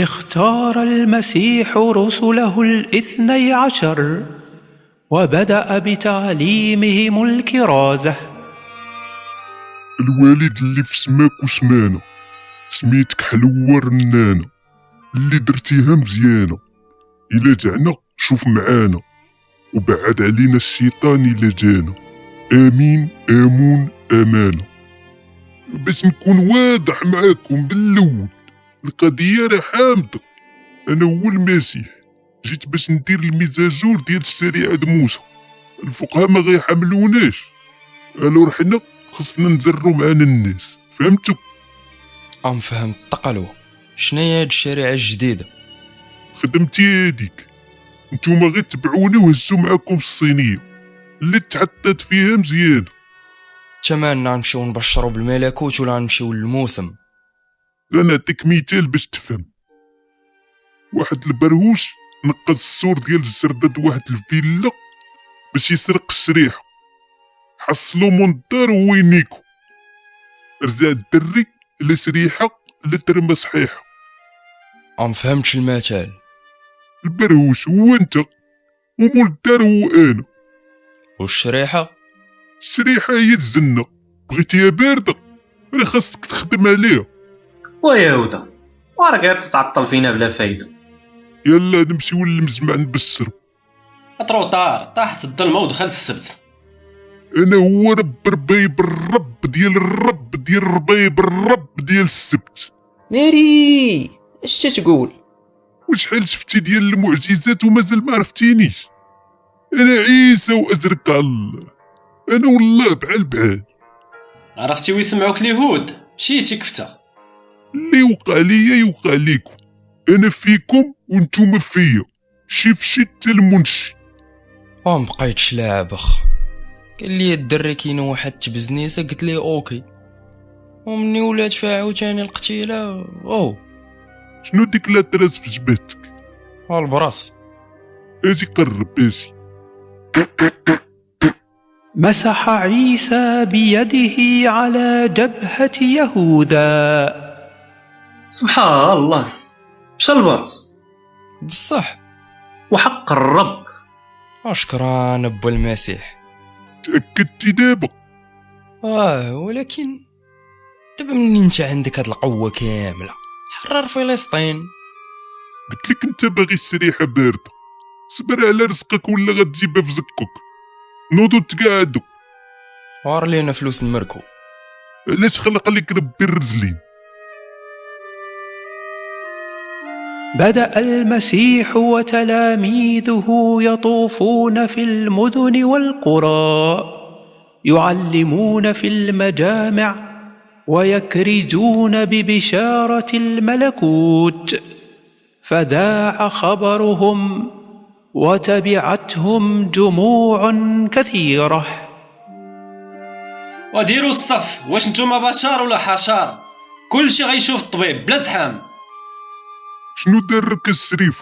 A: اختار المسيح رسله الاثني عشر وبدا بتعليمهم الكرازه
J: الوالد اللي في سماك وسمانة سميتك حلوة رنانة اللي درتيها مزيانة إلا جعنا شوف معانا وبعد علينا الشيطان إلا جانا آمين آمون آمانة باش نكون واضح معاكم باللول القضية راه حامضة أنا هو المسيح جيت باش ندير الميزاجور ديال الشريعة د موسى الفقهاء ما غيحملوناش الو رحنا خصنا نزرو معانا الناس فهمتوا
Q: ام فهمت تقلو شناهي هاد الشريعه الجديده
J: خدمتي هاديك نتوما غير تبعوني وهزوا معاكم الصينيه اللي تعطات فيها مزيان
Q: تمانا نمشيو نبشرو بالملكوت ولا نمشيو للموسم
J: غنعطيك مثال باش تفهم واحد البرهوش نقز السور ديال الجردة د واحد الفيلا باش يسرق الشريحة حصلو من الدار هو ينيكو رجع الدري لا شريحة لا ترمى صحيحة
Q: ام فهمتش المثال
J: البرهوش هو انت ومول الدار هو انا
Q: والشريحه
J: الشريحة هي الزنة بغيتيها باردة راه خاصك تخدم عليها
P: ويهودا وراه غير تتعطل فينا بلا فايدة
J: يلا نمشيو للمجمع نبشرو
N: طروطار طاحت الظلمة ودخل السبت
J: انا هو رب ربيب الرب ديال الرب ديال ربيب الرب ديال السبت
O: ناري اش تقول
J: وشحال شفتي ديال المعجزات ومازال ما عرفتينيش انا عيسى وازرك على الله انا والله بحال بحال
N: عرفتي ويسمعوك اليهود مشيتي كفته
J: اللي وقع ليا يوقع ليكم انا فيكم وانتم فيا شي فشي حتى المنشي
Q: وما بقيتش لاعب اخ قال لي الدري كاين واحد تبزنيسه قلت ليه اوكي ومني ولات فيها عاوتاني القتيله او
J: شنو ديك لا تراس في جبهتك
Q: البراس
J: اجي قرب اجي
A: مسح عيسى بيده على جبهة يهوذا
P: سبحان الله شلبرت
Q: بصح
P: وحق الرب
Q: اشكرا ابو المسيح
J: تاكدتي دابا
Q: اه ولكن دابا مني انت عندك هاد القوه كامله حرر فلسطين
J: قلت لك انت باغي السريحه بارده صبر على رزقك ولا غتجيبها في زكك نوضو تقعدو
Q: وار لينا فلوس المركو
J: علاش خلق لك ربي الرجلين
A: بدا المسيح وتلاميذه يطوفون في المدن والقرى يعلمون في المجامع ويكرزون ببشاره الملكوت فذاع خبرهم وتبعتهم جموع كثيره
N: وديروا الصف واش نتوما بشر ولا حشر كلشي غيشوف الطبيب بلا زحام
J: شنو دارك السريف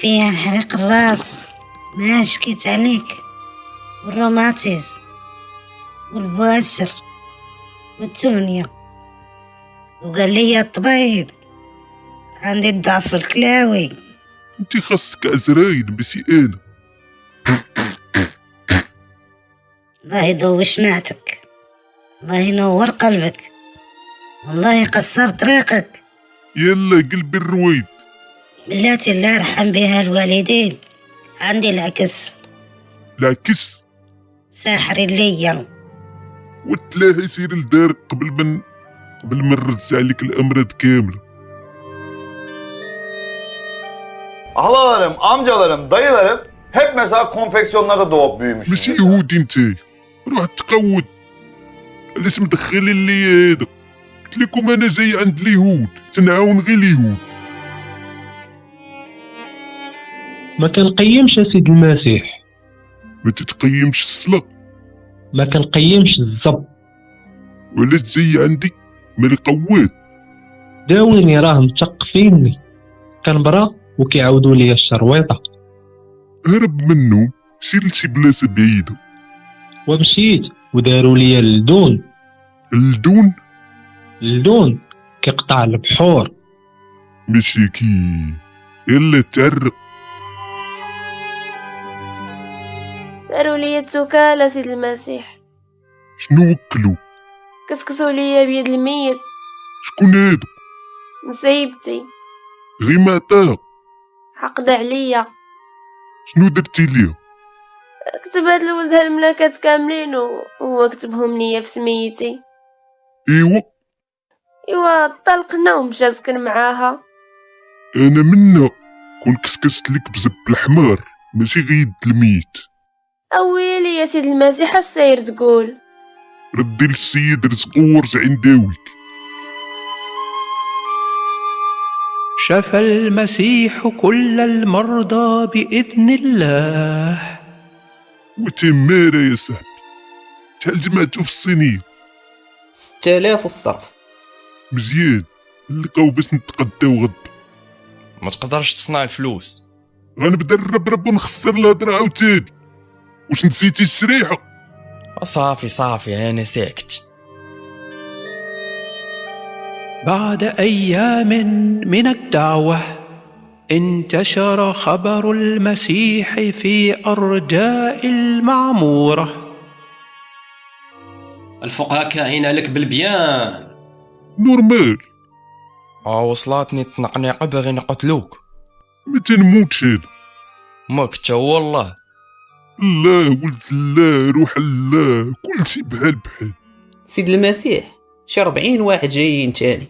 R: فيها حريق الراس ما شكيت عليك والروماتيزم والبواسر والتونية وقال لي الطبيب عندي الضعف الكلاوي
J: انت خاصك ازراين ماشي انا
R: الله يضوي شمعتك الله ينور قلبك والله يقصر طريقك
J: يلا قلبي الرويد
R: بلاتي الله يرحم بها الوالدين عندي العكس
J: العكس
R: ساحر ليا
J: وتلاها يسير لدارك قبل من قبل ما نرز عليك الامراض كامله
S: Halalarım, amcalarım, dayılarım hep mesela konfeksiyonlarda doğup büyümüş.
J: ماشي يهودي نتايا روح تقود علاش مدخلين ليا هذا قلت لكم انا جاي عند اليهود تنعاون غير اليهود
T: ما كنقيمش اسيد المسيح
J: ما تتقيمش الصلاة
T: ما كنقيمش الزب
J: وعلاش جاي عندي مالي قواد
T: داويني راه مثقفيني كنبرا وكيعاودوا لي الشرويطه
J: هرب منهم سير لشي بلاصه بعيده
T: ومشيت وداروا لي اللدون
J: اللدون
T: اللدون كيقطع البحور
J: ماشي كي يلا تعرق
U: داروا لي التكالة سيد المسيح
J: شنو وكلو
U: كسكسوا لي بيد الميت
J: شكون هادو
U: نسيبتي
J: غير ما عطاها
U: حقد عليا
J: شنو درتي ليه
U: كتب هاد الولد هالملاكات كاملين وهو كتبهم ليا في سميتي
J: ايوا
U: ايوا طلقنا ومشى سكن معاها
J: انا منا كون كسكست لك بزب الحمار ماشي غير يد الميت
U: اويلي يا سيد المسيح اش ساير تقول
J: ردي للسيد رزقه وارجع نداويك
A: شفى المسيح كل المرضى باذن الله
J: وتمارة يا صاحبي شحال جمعتو في الصينية
O: 6000 والصرف
J: مزيان نلقاو باش نتقداو غدا
Q: ما تقدرش تصنع الفلوس
J: غنبدا نربرب ونخسر الهضرة عاوتاني واش نسيتي الشريحة
Q: صافي صافي انا ساكت
A: بعد ايام من الدعوه انتشر خبر المسيح في ارجاء المعموره
N: الفقهاء كاعين عليك بالبيان
J: نورمال
Q: اه وصلاتني التنقنيقه باغي نقتلوك
J: ما تنموتش انا
Q: ما كنت والله
J: الله ولد الله روح الله كلشي بحال بحال
F: سيد المسيح شي 40 واحد جايين تاني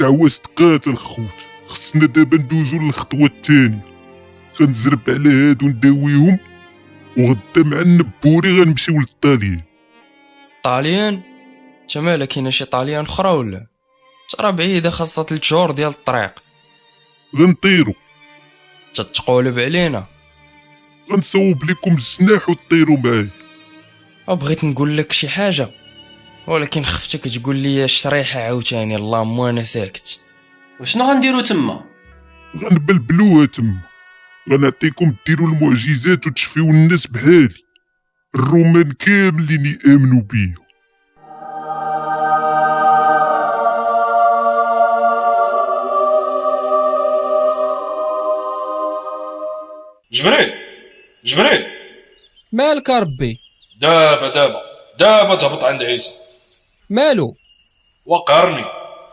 J: دعوات تقاتل خوت خصنا دابا ندوزو للخطوة الثانية غنزرب على هادو نداويهم وغدا مع النبوري غنمشيو للطاليين
Q: طاليان انت مالك كاين شي طاليان اخرى ولا ترى بعيده خاصه 3 شهور ديال الطريق
J: غنطيرو
Q: تتقولب علينا
J: غنصوب لكم الجناح وطيروا معايا
Q: بغيت نقول لك شي حاجه ولكن خفتك تقول لي الشريحه عاوتاني اللهم وانا ساكت
N: وشنو غنديرو تما
J: غنبلبلوها تما غنعطيكم ديروا المعجزات وتشفيو الناس بحالي الرومان كاملين يامنوا بيا
B: جبريل جبريل
C: مالك ربي
B: دابا دابا دابا تهبط عند عيسى
C: مالو
B: وقرني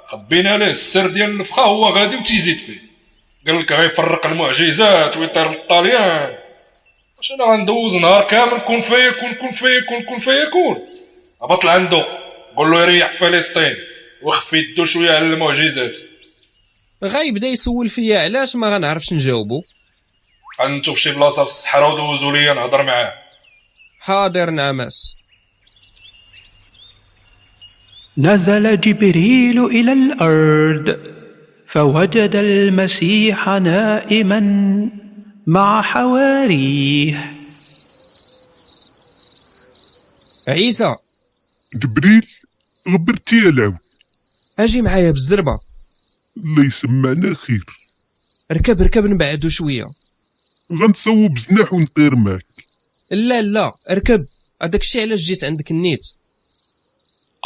B: خبينا ليه السر ديال النفخه هو غادي وتيزيد فيه قال لك غيفرق المعجزات ويطير للطاليان واش انا غندوز نهار كامل كون فيكون كون فيكون كون فيكون هبط لعندو قول له يريح في فلسطين وخفي يدو شويه على المعجزات
C: غيبدا يسول فيا علاش ما غنعرفش نجاوبو
B: غنتو في شي بلاصه في الصحراء ودوزو ليا نهضر معاه
C: حاضر نعمس
A: نزل جبريل الى الارض فوجد المسيح نائما مع حواريه
C: عيسى
J: جبريل غبرتي يا العون
C: اجي معايا بالزربه
J: الله يسمعنا خير
C: ركب ركب نبعدو شويه
J: غنصوب جناح ونطير معاك
C: لا لا ركب هذاك الشيء علاش جيت عندك النيت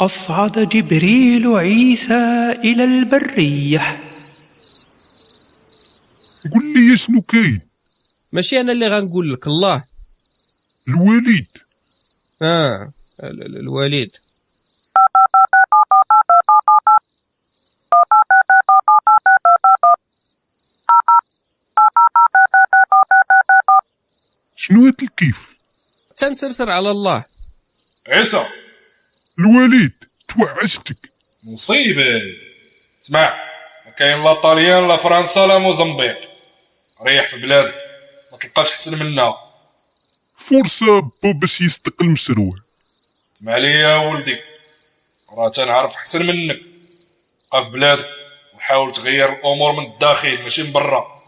A: أصعد جبريل عيسى إلى البرية
J: قل لي شنو كاين
C: ماشي انا اللي غنقول لك الله
J: الوالد
C: اه ال- ال- الوالد
J: شنو هاد الكيف
C: تنسرسر على الله
B: عيسى
J: الوالد توحشتك
B: مصيبه اسمع ما كاين لا طاليان لا فرنسا لا موزمبيق ريح في بلادك ما تلقاش حسن منها
J: فرصة با باش يستقل المشروع
B: اسمع لي يا ولدي راه تنعرف حسن منك بقى في بلادك وحاول تغير الامور من الداخل ماشي من برا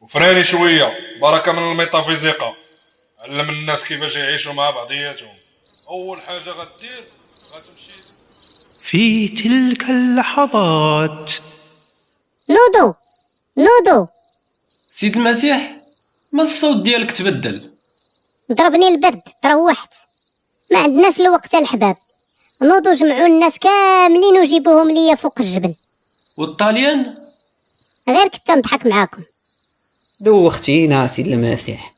B: وفراني شويه بركه من الميتافيزيقا علم الناس كيفاش يعيشوا مع بعضياتهم اول حاجه غدير غتمشي
A: في تلك اللحظات
I: نوضو نوضو
N: سيد المسيح ما الصوت ديالك تبدل
I: ضربني البرد تروحت ما عندناش الوقت يا الحباب نوضو جمعوا الناس كاملين وجيبوهم ليا فوق الجبل
N: والطاليان
I: غير كنت نضحك معاكم
F: دوختينا سيد المسيح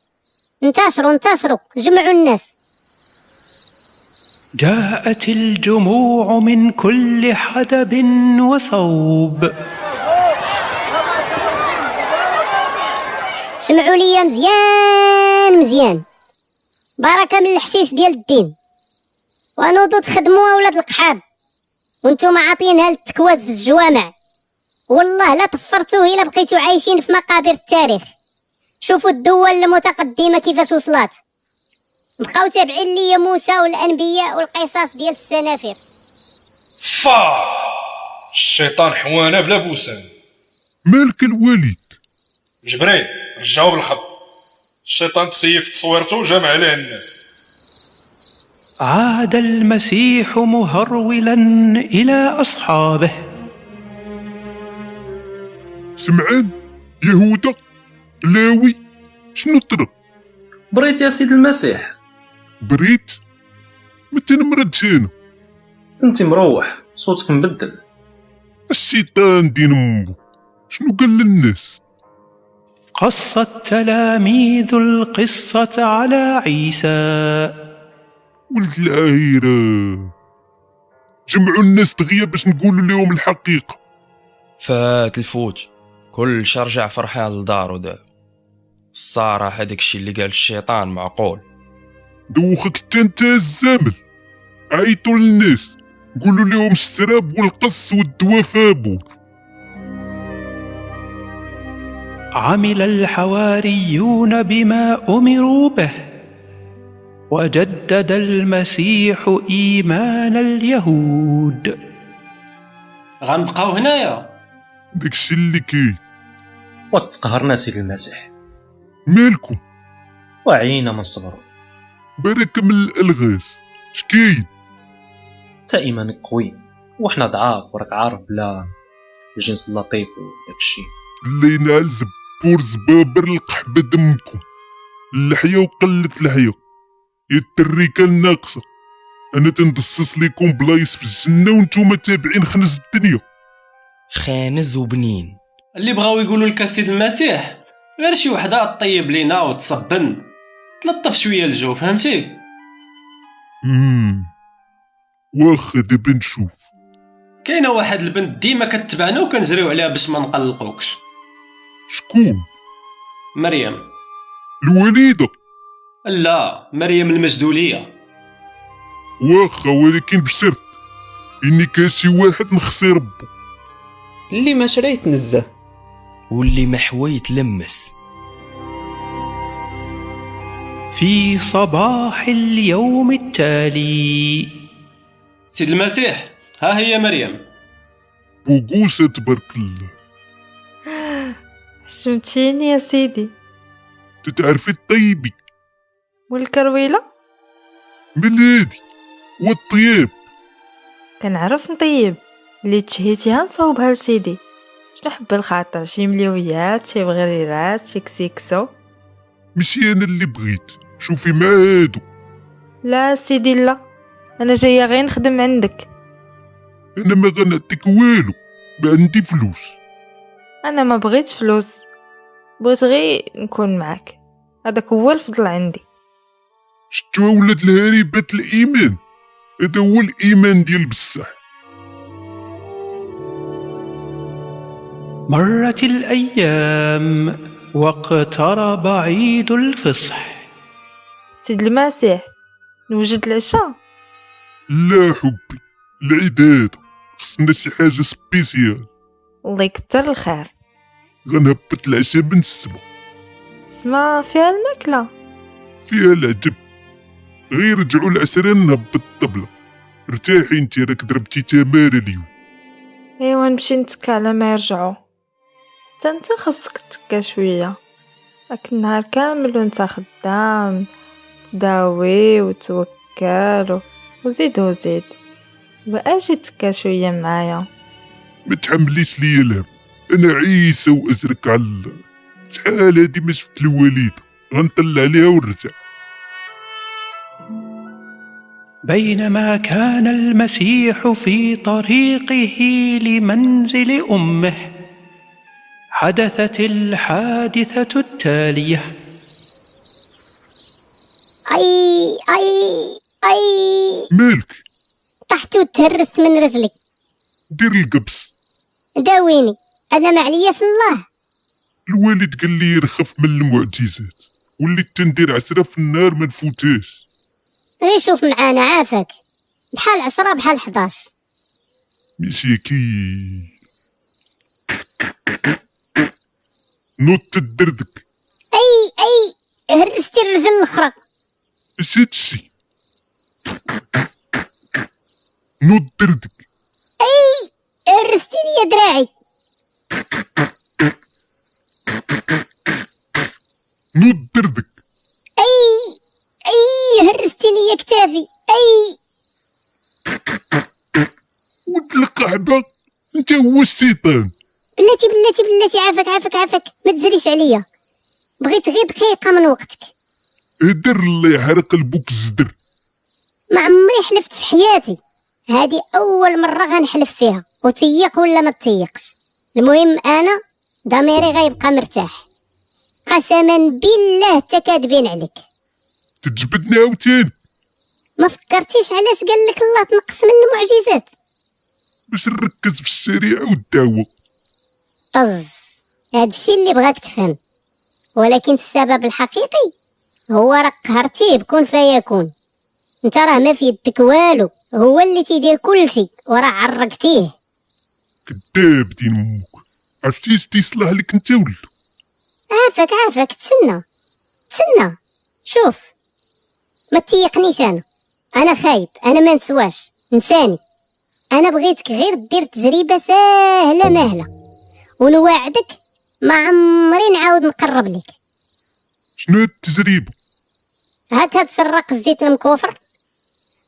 I: انتشروا انتشروا جمعوا الناس
A: جاءت الجموع من كل حدب وصوب
I: سمعوا ليا مزيان مزيان بركه من الحشيش ديال الدين ونوضو تخدموها ولاد القحاب وانتم عاطينها للتكواز في الجوامع والله لا طفرتوه الا بقيتو عايشين في مقابر التاريخ شوفوا الدول المتقدمه كيفاش وصلات بقاو تابعين ليا موسى والانبياء والقصص ديال السنافر
B: فا الشيطان حوانا بلا بوسان
J: مالك الوالد
B: جبريل رجعو بالخط الشيطان تسيف تصويرته وجمع عليه الناس
A: عاد المسيح مهرولا إلى أصحابه
J: سمعان يهودا لاوي شنو طرب
P: بريت يا سيد المسيح
J: بريت ما تنمردش انا
P: انت مروح صوتك مبدل
J: الشيطان دين امو شنو قال للناس
A: قص التلاميذ القصة على عيسى
J: ولد العايرة جمعوا الناس دغيا باش نقولوا لهم الحقيقة
Q: فات الفوت كل شرجع فرحان لدارو داب الصراحه داكشي اللي قال الشيطان معقول
J: دوخك حتى انت الزمل عيطوا للناس قولوا لهم الشراب والقص والدواء فابور
A: عمل الحواريون بما امروا به وجدد المسيح ايمان اليهود
N: غنبقاو هنايا
J: داكشي اللي كاين
P: وتقهرنا سيدي المسيح
J: مالكم
P: وعينا من صبروا
J: برك من الالغاز شكاين
P: تا ايمانك قوي وحنا ضعاف وراك عارف بلا الجنس اللطيف وداك الشيء
J: اللي ينعل زبور زبابر القحبة دمكم اللحية وقلة الحية يا التريكة الناقصة أنا تندسس ليكم بلايص في الجنة وانتم تابعين خنز الدنيا
Q: خانز وبنين
N: اللي بغاو يقولوا لك السيد المسيح غير شي وحده طيب لينا وتصبن تلطف شويه الجو فهمتي
J: مم. واخا دابا نشوف
N: كاينه واحد البنت ديما كتبعنا وكنجريو عليها باش ما نقلقوكش
J: شكون
N: مريم
J: الوليدة
N: لا مريم المجدوليه
J: واخا ولكن بشرط إني كان شي واحد نخسي ربو
F: اللي ما شرا يتنزه
Q: واللي ما حوى يتلمس
A: في صباح اليوم التالي
N: سيد المسيح ها هي مريم
J: بوغوسة تبارك الله
E: شمتيني يا سيدي
J: تتعرفي الطيبي
E: والكرويلة
J: ملادي والطياب
E: كنعرف نطيب اللي تشهيتيها نصاوبها لسيدي شنو حب الخاطر شي مليويات شي بغريرات شي كسيكسو
J: ماشي أنا اللي بغيت شوفي مع هادو
E: لا سيدي لا انا جايه غير نخدم عندك
J: أنا ما غنعطيك والو ما عندي فلوس
E: انا ما بغيت فلوس بغيت غير نكون معاك هذاك هو الفضل عندي
J: شتوا ولاد الهريبات الإيمان هذا هو الإيمان ديال بصح
A: مرت الايام واقترب عيد الفصح
E: سيد المسيح نوجد العشاء
J: لا حبي العيد هذا خصنا شي حاجة سبيسيال
E: الله يكثر الخير
J: غنهبط العشاء من السما
E: السما فيها الماكله
J: فيها العجب غير رجعوا العسران نهبط الطبلة ارتاحي انتي راك ضربتي تمارة اليوم
E: ايوا نمشي نتكا على ما يرجعوا حتى انت خاصك تكا شويه راك النهار كامل وانت خدام تداوي وتوكل و- وزيد وزيد بقى اجي تكا شويه معايا
J: ما تحمليش ليا الهم انا عيسى وازرك على الله شحال هادي ما شفت الواليدة غنطلع عليها ونرجع
A: بينما كان المسيح في طريقه لمنزل امه حدثت الحادثه التاليه
I: اي اي اي
J: مالك
I: طحت وتهرست من رجلي
J: دير القبس
I: داويني انا ما علياش الله
J: الوالد قال لي رخف من المعجزات وليت تندير عسرة في النار ما نفوتهاش
I: غير شوف معانا عافاك بحال عشرة بحال 11
J: ماشي كي نط الدردك
I: اي اي هرستي الرجل الاخرى
J: اش هادشي نط الدردك
I: اي هرستي لي دراعي
J: نط الدردك
I: اي اي هرستي لي كتافي اي
J: ود القحبة انت هو الشيطان
I: بلاتي بلاتي بلاتي عافاك عافاك عافاك ما تزريش عليا بغيت غير دقيقة من وقتك
J: هدر الله يحرق البوك الزدر
I: ما عمري حلفت في حياتي هذه أول مرة غنحلف فيها وتيق ولا ما تيقش المهم أنا ضميري غيبقى مرتاح قسما بالله تكادبين عليك
J: تجبدني عاوتاني
I: ما فكرتيش علاش قال لك الله تنقص من المعجزات
J: باش نركز في الشريعة والدعوة
I: طز هادشي اللي بغاك تفهم ولكن السبب الحقيقي هو راه قهرتيه بكون فيكون انت راه ما في يدك والو هو اللي تيدير كلشي وراه عرقتيه
J: كذاب دين امك عرفتي تيصلح لك انت ولا
I: عافاك عافاك تسنى تسنى شوف ما تيقنيش انا انا خايب انا ما نسواش نساني انا بغيتك غير دير تجربه ساهله مهله ونواعدك ما عمري نعاود نقرب لك
J: شنو هاد التجربه
I: هكا تسرق الزيت المكوفر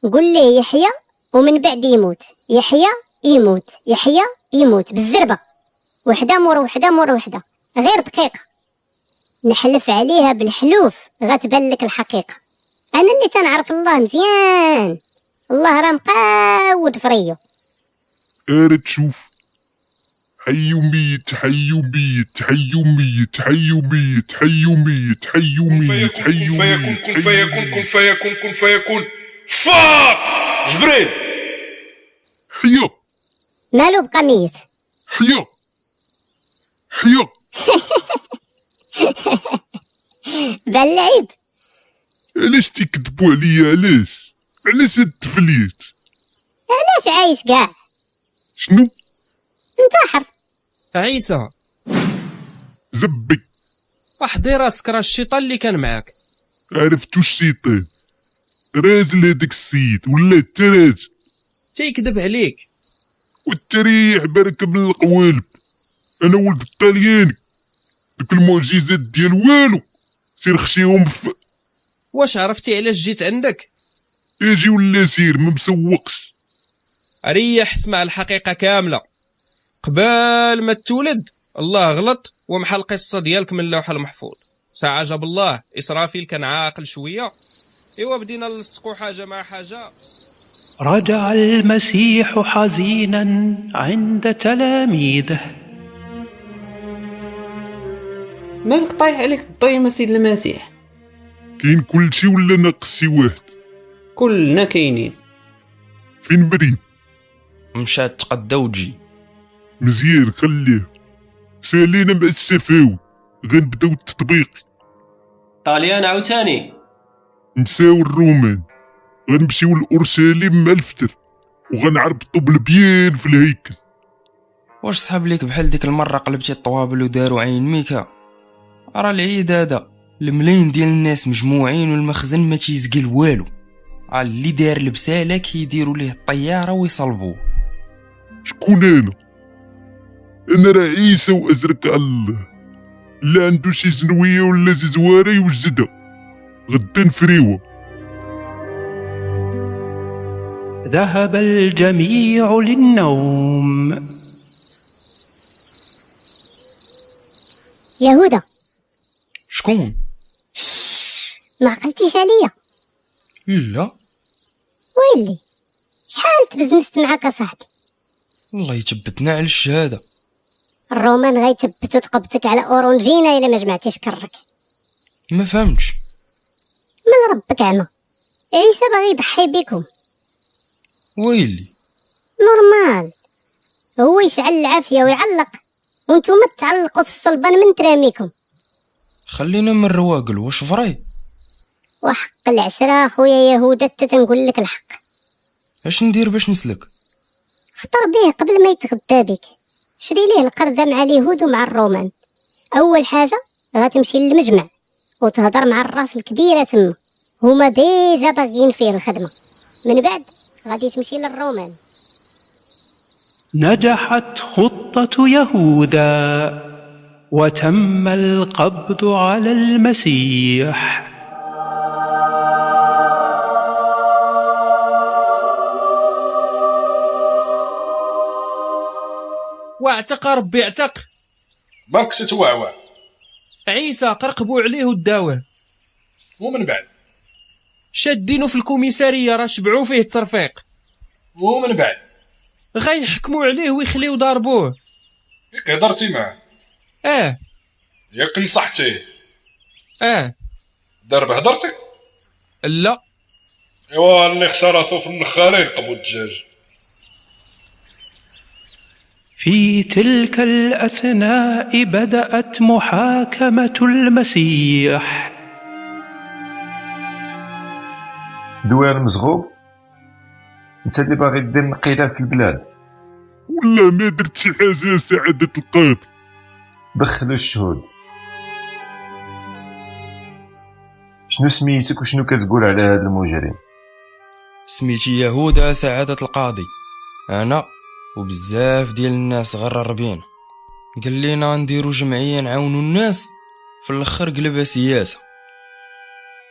I: قول ليه يحيى ومن بعد يموت يحيى يموت يحيى يموت بالزربه وحده مور وحده مور وحده غير دقيقه نحلف عليها بالحلوف غتبان لك الحقيقه انا اللي تنعرف الله مزيان الله راه مقاود فريو
J: ارى تشوف حي ميت حي ميت حي ميت حي ميت حي ميت حي ميت حي
B: فيكون كن فيكون كن فيكون كن فيكون فاك جبريل
J: حيا
I: مالو بقى ميت
J: حيا حيا
I: بان لعيب
J: علاش تيكذبوا عليا علاش علاش هاد التفليت
I: علاش عايش كاع
J: شنو
I: انتحر
C: عيسى
J: زبي
C: وحدي راسك راه الشيطان اللي كان معاك
J: عرفتو الشيطان رازل هذاك السيد ولا تراج
C: تيكذب عليك
J: والتريح بركة من القوالب انا ولد الطلياني دوك المعجزات ديال والو سير خشيهم في
C: واش عرفتي علاش جيت عندك
J: اجي ولا سير ما مسوقش
C: ريح اسمع الحقيقه كامله قبل ما تولد الله غلط ومحى القصه ديالك من اللوح المحفوظ ساعه جاب الله اسرافيل كان عاقل شويه ايوا بدينا نلصقوا حاجه مع حاجه
A: رجع المسيح حزينا عند تلاميذه
F: مالك طايح عليك الضيمه سيد المسيح
J: كاين كلشي ولا ناقص شي واحد
F: كلنا كاينين
J: فين مريم
Q: مشى تقدا وتجي
J: مزيان خليه سالينا مع الشفاوي غنبداو التطبيق
N: طاليان عاوتاني
J: نساو الرومان غنمشيو لأورشليم مع الفتر وغنعربطو بالبيان في الهيكل
Q: واش صحاب ليك بحال ديك المره قلبتي الطوابل وداروا عين ميكا راه العيد هذا الملايين ديال الناس مجموعين والمخزن ما تيزقل والو على اللي داير البساله كيديروا ليه الطياره ويصلبوه
J: شكون انا انا راه عيسى وازرك على الله لا عنده شي جنويه ولا شي زواره يوجدها غدا نفريوها
A: ذهب الجميع للنوم
I: يهودا
Q: شكون
I: ما عقلتيش عليا
Q: لا
I: ويلي شحال تبزنست معاك صاحبي
Q: والله يتبتنا على الشهاده
I: الرومان غيتبتو تقبتك على اورنجينا الا ما جمعتيش كرك
Q: ما فهمتش
I: من ربك عمى عيسى باغي يضحي بكم
Q: ويلي
I: نورمال هو يشعل العافيه ويعلق وانتم تعلقوا في الصلبان من تراميكم
Q: خلينا من الرواقل واش فري
I: وحق العشرة خويا يهودا حتى تنقول لك الحق
Q: اش ندير باش نسلك
I: فطر به قبل ما يتغدى بك شري ليه القردة مع اليهود ومع الرومان أول حاجة غتمشي للمجمع وتهضر مع الراس الكبيرة تما هما ديجا باغيين فيه الخدمة من بعد غادي تمشي للرومان
A: نجحت خطة يهوذا وتم القبض على المسيح
C: واعتق ربي اعتق
B: برك تتوعوع
C: عيسى قرقبوا عليه وداوه
B: ومن بعد
C: شادينو في الكوميساريه راه شبعوا فيه التصرفيق
B: ومن بعد
C: غيحكموا عليه ويخليو ضاربوه
B: ياك هضرتي معاه
C: اه
B: ياك نصحتيه
C: اه
B: دار بهضرتك
C: لا
B: ايوا اللي خشى راسو في النخالين قبو الدجاج
A: في تلك الاثناء بدات محاكمه المسيح
V: دوان مزغوب انت اللي باغي دير القلال في البلاد
W: ولا ما درت شي حاجه يا سعاده القاضي
V: دخلوا الشهود شنو سميتك وشنو كتقول على هذا المجرم
Q: سميتي يهودا سعادة القاضي أنا وبزاف ديال الناس غرربين قال لينا نديرو جمعية نعاونو الناس في الاخر قلبها سياسة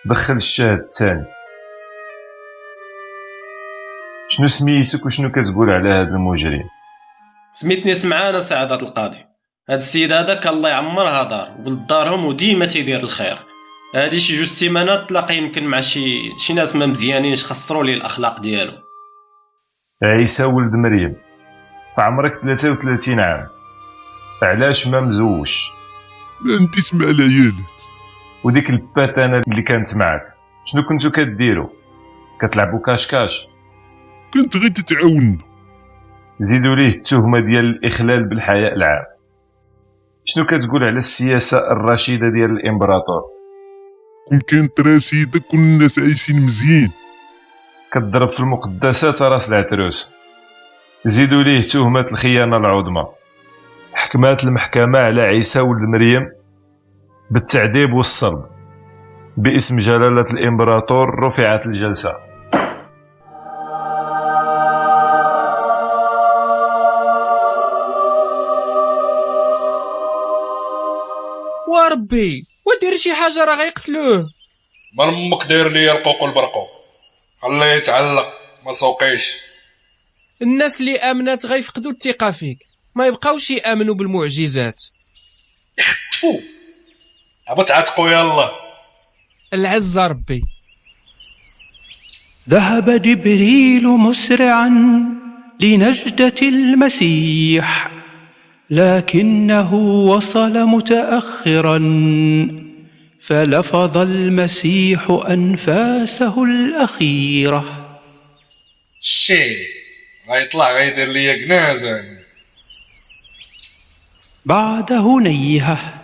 V: دخل الشاهد الثاني شنو سميتك وشنو كتقول على هذا المجرم
N: سميتني سمعانة سعادة القاضي هاد السيد هذاك الله يعمرها دار ولد دارهم وديما تيدير الخير هادي شي جوج سيمانات تلاقى يمكن مع شي شي ناس ما مزيانينش خسروا ليه الاخلاق ديالو
V: عيسى ولد مريم عمرك 33 عام علاش ما مزوجش
W: ما نديت مع العيالات
V: وديك الباتانه اللي كانت معك شنو كنتو كديروا كتلعبوا كاش كاش
W: كنت غير تتعاون
V: زيدوا ليه التهمه ديال الاخلال بالحياء العام شنو كتقول على السياسه الرشيده ديال الامبراطور
W: كون كانت رشيده كون الناس عايشين مزيان
V: كضرب في المقدسات راس العتروس زيدوا ليه تهمة الخيانة العظمى حكمات المحكمة على عيسى ولد مريم بالتعذيب والصلب باسم جلالة الإمبراطور رفعت الجلسة
C: وربي ودير شي حاجه راه غيقتلوه
B: من امك داير ليا القوق والبرقوق خليه يتعلق ما سوقيش
C: الناس اللي امنات غيفقدوا الثقه فيك ما يبقاوش يامنوا بالمعجزات
B: يختفوا عبا تعتقوا يلا
C: العز ربي
A: ذهب جبريل مسرعا لنجده المسيح لكنه وصل متاخرا فلفظ المسيح انفاسه الاخيره
B: شي غيطلع غيدير ليا كنازه
A: بعد هنيهه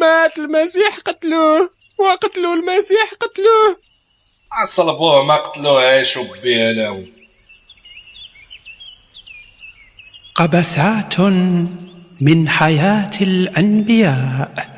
C: مات المسيح قتلوه وقتلوا المسيح قتلوه
B: عصلبوه ما قتلوهاش وبيها له
A: قبسات من حياه الانبياء